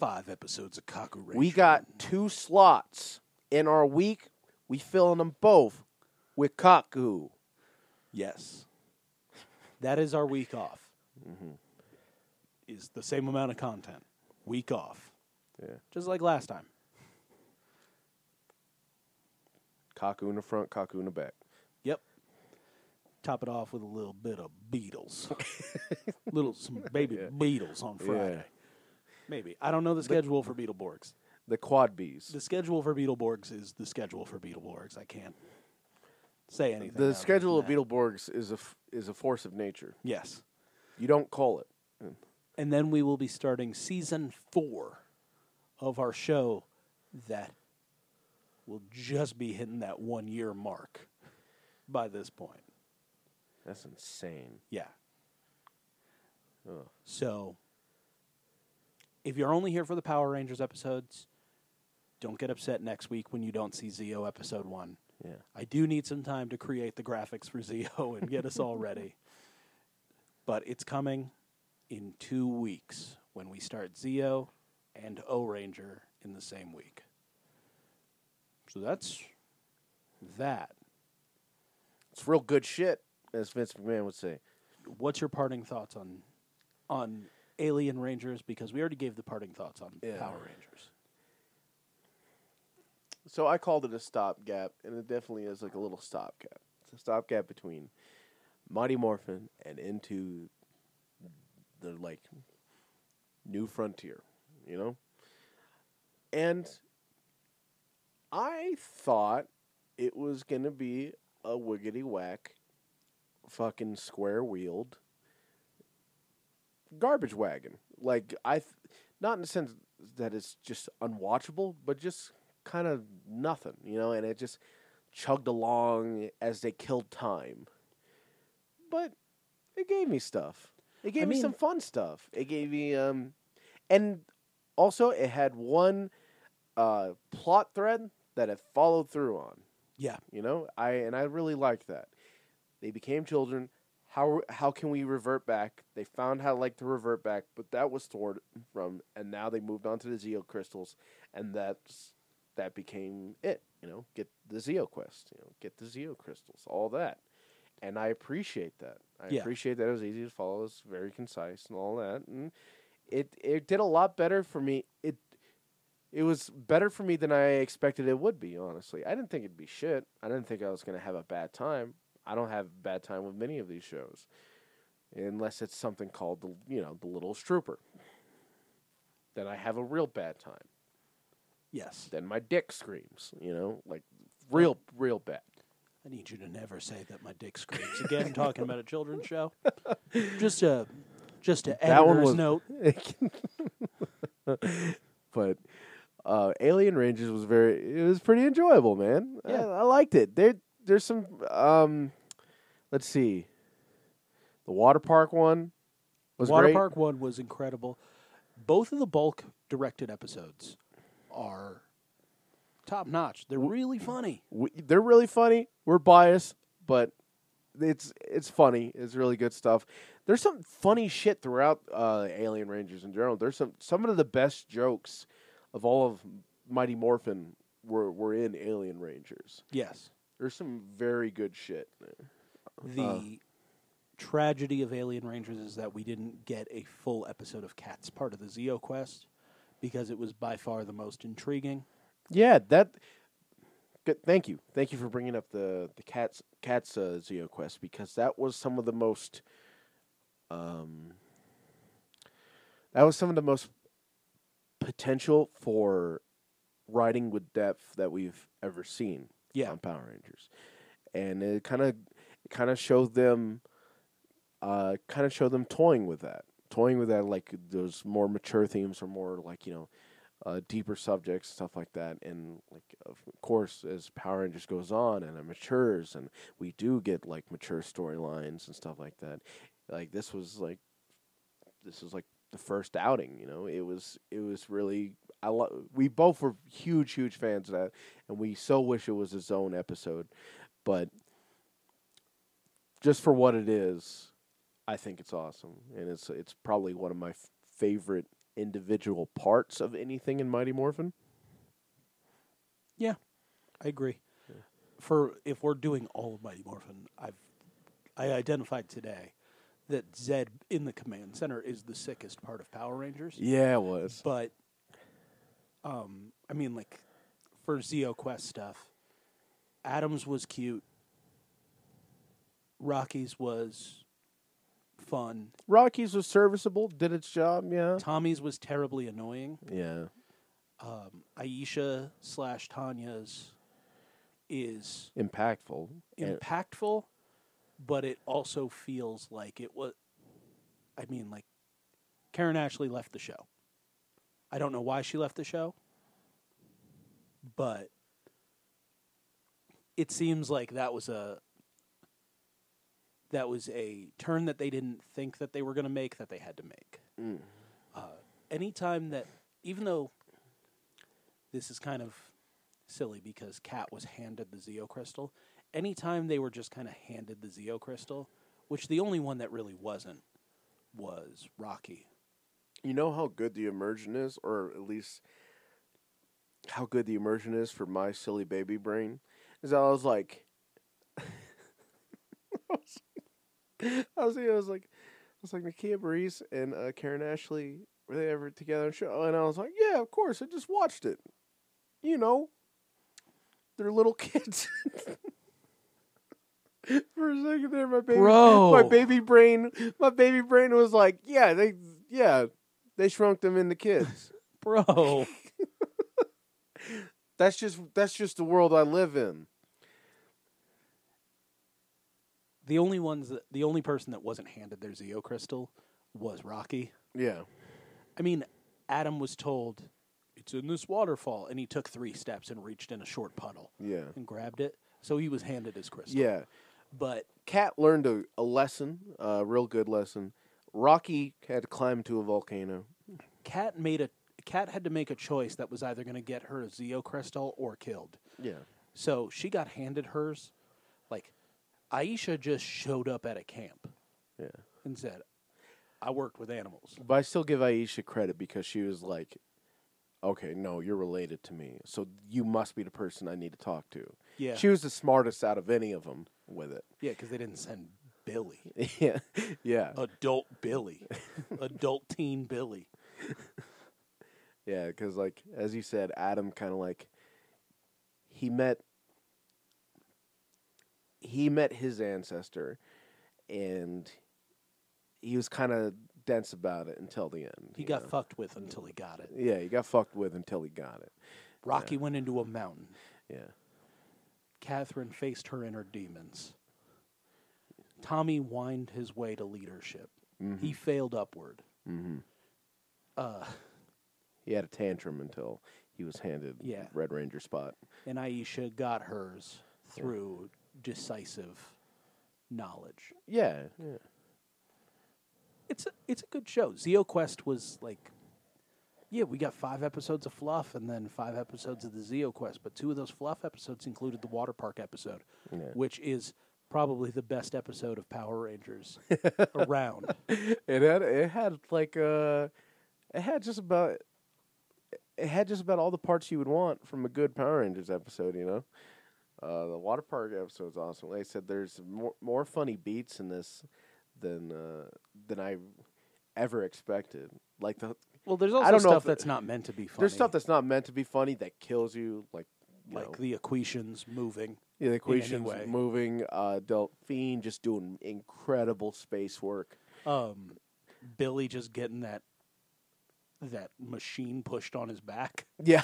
Speaker 2: five episodes of Kaku Ranger.
Speaker 3: We got two slots in our week. We filling them both with Kaku.
Speaker 2: Yes. That is our week off.
Speaker 3: Mm-hmm.
Speaker 2: Is the same amount of content. Week off.
Speaker 3: Yeah.
Speaker 2: Just like last time.
Speaker 3: Kaku in the front, Kaku in the back.
Speaker 2: Yep. Top it off with a little bit of Beatles. little some baby Beatles on Friday. Maybe. I don't know the schedule for Beetleborgs.
Speaker 3: The quad bees.
Speaker 2: The schedule for Beetleborgs is the schedule for Beetleborgs. I can't say anything. other
Speaker 3: the
Speaker 2: than
Speaker 3: schedule of
Speaker 2: that.
Speaker 3: Beetleborgs is a f- is a force of nature.
Speaker 2: Yes.
Speaker 3: You don't call it.
Speaker 2: And then we will be starting season four of our show that will just be hitting that one year mark by this point.
Speaker 3: That's insane.
Speaker 2: Yeah.
Speaker 3: Ugh.
Speaker 2: So if you're only here for the Power Rangers episodes, don't get upset next week when you don't see Zeo episode one.
Speaker 3: Yeah.
Speaker 2: I do need some time to create the graphics for Zeo and get us all ready. But it's coming in two weeks when we start Zeo and O Ranger in the same week. So that's that.
Speaker 3: It's real good shit, as Vince McMahon would say.
Speaker 2: What's your parting thoughts on on Alien Rangers? Because we already gave the parting thoughts on
Speaker 3: Yeah.
Speaker 2: Power Rangers.
Speaker 3: So I called it a stopgap, and it definitely is like a little stopgap. It's a stopgap between Mighty Morphin and into the like new frontier, you know. And I thought it was gonna be a wiggity whack, fucking square wheeled garbage wagon. Like I, th- not in the sense that it's just unwatchable, but just kind of nothing, you know. And it just chugged along as they killed time. But it gave me stuff. It gave me
Speaker 2: mean-
Speaker 3: some fun stuff. It gave me um, and also it had one uh plot thread that it followed through on.
Speaker 2: Yeah,
Speaker 3: You know, I and I really liked that. They became children. How how can we revert back? They found how like to revert back, but that was thwarted from, and now they moved on to the Zeo crystals, and that's that became it. You know, get the Zeo quest. You know, get the Zeo crystals. All that, and I appreciate that. I
Speaker 2: Yeah.
Speaker 3: appreciate that it was easy to follow. It's very concise and all that, and it it did a lot better for me. It it was better for me than I expected it would be, honestly. I didn't think it'd be shit. I didn't think I was going to have a bad time. I don't have a bad time with many of these shows. Unless it's something called the, you know, The Little Strooper. Then I have a real bad time.
Speaker 2: yes.
Speaker 3: Then my dick screams, you know, like real real bad.
Speaker 2: I need you to never say that my dick screams again. talking about a children's show. Just a just a
Speaker 3: That
Speaker 2: editor's
Speaker 3: one was-
Speaker 2: note.
Speaker 3: but uh, Alien Rangers was very. It was pretty enjoyable, man. I-
Speaker 2: Yeah.
Speaker 3: I, liked it. There, there's some. Um, let's see. The water park one was
Speaker 2: Water
Speaker 3: great.
Speaker 2: Park One was incredible. Both of the bulk directed episodes are top notch. They're really funny.
Speaker 3: We, they're really funny. We're biased, but it's it's funny. It's really good stuff. There's some funny shit throughout uh, Alien Rangers in general. There's some some of the best jokes of all of Mighty Morphin were were in Alien Rangers.
Speaker 2: Yes.
Speaker 3: There's some very good shit. there.
Speaker 2: The tragedy of Alien Rangers is that we didn't get a full episode of Cats part of the Zeo Quest because it was by far the most intriguing.
Speaker 3: Yeah, that. Good, thank you, thank you for bringing up the the cats cats uh, Zeo quest because that was some of the most. Um, that was some of the most potential for writing with depth that we've ever seen
Speaker 2: Yeah.
Speaker 3: on Power Rangers, and it kind of kind of showed them, uh, kind of showed them toying with that, toying with that like those more mature themes or more like you know, uh, deeper subjects stuff like that, and like of course as Power Rangers goes on and it matures and we do get like mature storylines and stuff like that, like this was like, this was like the first outing, you know, it was it was really. I lo- we both were huge, huge fans of that and we so wish it was its own episode, but just for what it is, I think it's awesome, and it's it's probably one of my f- favorite individual parts of anything in Mighty Morphin.
Speaker 2: Yeah, I agree. For if we're doing all of Mighty Morphin, I've I identified today that Zed in the command center is the sickest part of Power Rangers.
Speaker 3: Yeah, it was.
Speaker 2: But um I mean like for Zeo Quest stuff, Adams was cute. Rocky's was fun.
Speaker 3: Rockies was serviceable, did its job. Yeah,
Speaker 2: Tommy's was terribly annoying.
Speaker 3: yeah,
Speaker 2: Um, Aisha slash Tanya's is
Speaker 3: impactful. And-
Speaker 2: impactful, but it also feels like it was. I mean, like Karen Ashley left the show. I don't know why she left the show, but it seems like that was a that was a turn that they didn't think that they were going to make that they had to make. Uh, anytime that, even though this is kind of silly because Cat was handed the Zeo crystal. Anytime they were just kind of handed the Zeo crystal, which the only one that really wasn't was Rocky.
Speaker 3: you know how good the immersion is, or at least how good the immersion is for my silly baby brain, is that I was like, I was thinking, I was like, I was like Nakia Breeze and uh, Karen Ashley were they ever together on show? And I was like, yeah, of course. I just watched it. You know, they're little kids. For a second there, my baby,
Speaker 2: Bro.
Speaker 3: my baby brain, my baby brain was like, yeah, they, yeah, they shrunk them into kids.
Speaker 2: Bro.
Speaker 3: that's just that's just the world I live in.
Speaker 2: the only ones that the only person that wasn't handed their Zeo crystal was Rocky.
Speaker 3: Yeah,
Speaker 2: I mean, Adam was told it's in this waterfall, and he took three steps and reached in a short puddle
Speaker 3: yeah,
Speaker 2: and grabbed it. So he was handed his crystal.
Speaker 3: yeah.
Speaker 2: But
Speaker 3: Cat learned a, a lesson, a real good lesson. Rocky had to climb to a volcano.
Speaker 2: Kat made a Kat had to make a choice that was either going to get her a Zeo crystal or killed.
Speaker 3: Yeah.
Speaker 2: So she got handed hers. Like Aisha just showed up at a camp
Speaker 3: Yeah.
Speaker 2: and said, "I worked with animals."
Speaker 3: But I still give Aisha credit because she was like, okay, no, you're related to me. So you must be the person I need to talk to.
Speaker 2: Yeah,
Speaker 3: She was the smartest out of any of them with it.
Speaker 2: yeah, because they didn't send Billy.
Speaker 3: yeah. Yeah.
Speaker 2: adult Billy, adult teen Billy.
Speaker 3: Yeah. Because, like, as you said, Adam kind of like, he met. He met his ancestor, and he was kind of dense about it until the end.
Speaker 2: He
Speaker 3: you
Speaker 2: got
Speaker 3: know?
Speaker 2: fucked with until he got it.
Speaker 3: yeah, he got fucked with until he got it.
Speaker 2: Rocky went into a mountain.
Speaker 3: Yeah,
Speaker 2: Catherine faced her inner demons. Tommy whined his way to leadership.
Speaker 3: Mm-hmm.
Speaker 2: He failed upward.
Speaker 3: he had a tantrum until he was handed
Speaker 2: Yeah.
Speaker 3: Red Ranger spot.
Speaker 2: And Aisha got hers through decisive knowledge.
Speaker 3: Yeah, yeah,
Speaker 2: It's a, it's a good show. Zeo Quest was like, yeah, we got five episodes of fluff and then five episodes of the Zeo Quest, but two of those fluff episodes included the water park episode,
Speaker 3: Yeah.
Speaker 2: which is probably the best episode of Power Rangers around.
Speaker 3: it had it had like uh, it had just about it had just about all the parts you would want from a good Power Rangers episode. You know, uh, the water park episode is awesome. Like I said, there's more more funny beats in this than uh, than I ever expected. Like the
Speaker 2: Well, there's
Speaker 3: don't
Speaker 2: also
Speaker 3: know
Speaker 2: stuff
Speaker 3: if the-
Speaker 2: that's not meant to be funny.
Speaker 3: there's stuff that's not meant to be funny that kills you. Like you
Speaker 2: like
Speaker 3: know.
Speaker 2: the equations moving.
Speaker 3: Yeah, the equations
Speaker 2: way.
Speaker 3: moving. Uh, Delphine just doing incredible space work.
Speaker 2: Um, Billy just getting that that machine pushed on his back.
Speaker 3: Yeah.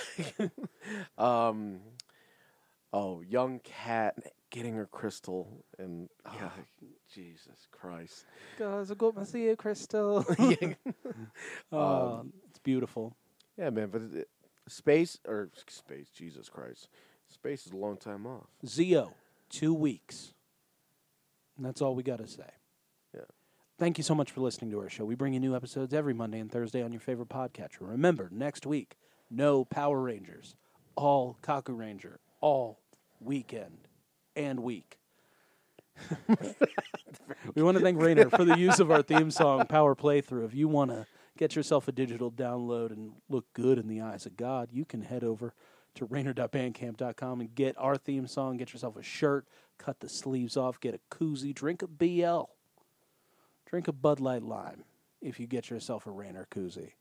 Speaker 3: um, oh, young cat getting her crystal and oh, Jesus Christ.
Speaker 2: Guys, I got my Zeo crystal. Um, it's beautiful.
Speaker 3: Yeah, man. But it, space or space, Jesus Christ, space is a long time off.
Speaker 2: Zeo, two weeks. And that's all we got to say.
Speaker 3: Yeah.
Speaker 2: Thank you so much for listening to our show. We bring you new episodes every Monday and Thursday on your favorite podcatcher. Remember, next week, no Power Rangers, all Kaku Ranger, all weekend and week. we want to thank Rainer for the use of our theme song, Power Playthrough. If you want to get yourself a digital download and look good in the eyes of God, you can head over to rainer.bandcamp.com and get our theme song, get yourself a shirt, cut the sleeves off, get a koozie, drink a BL, drink a Bud Light Lime if you get yourself a Rainer koozie.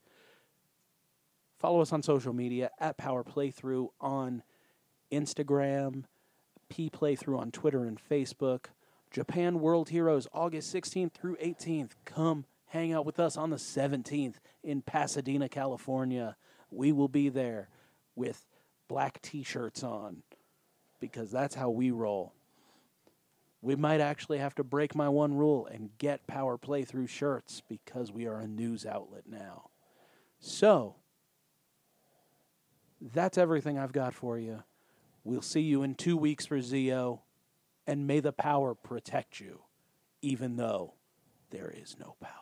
Speaker 2: Follow us on social media at Power Playthrough on Instagram, P Playthrough on Twitter and Facebook. Japan World Heroes, August 16th through 18th. Come hang out with us on the 17th in Pasadena, California. We will be there with black t shirts on because that's how we roll. We might actually have to break my one rule and get Power Playthrough shirts because we are a news outlet now. So, that's everything I've got for you. We'll see you in two weeks for Zio, and may the power protect you, even though there is no power.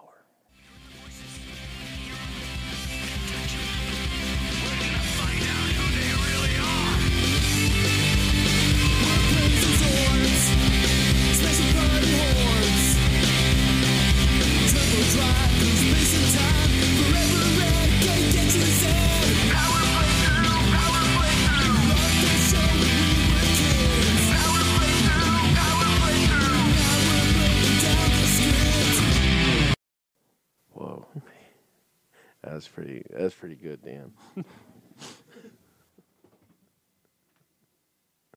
Speaker 1: Power play through, power play through.
Speaker 3: That's pretty. That's pretty good, Dan.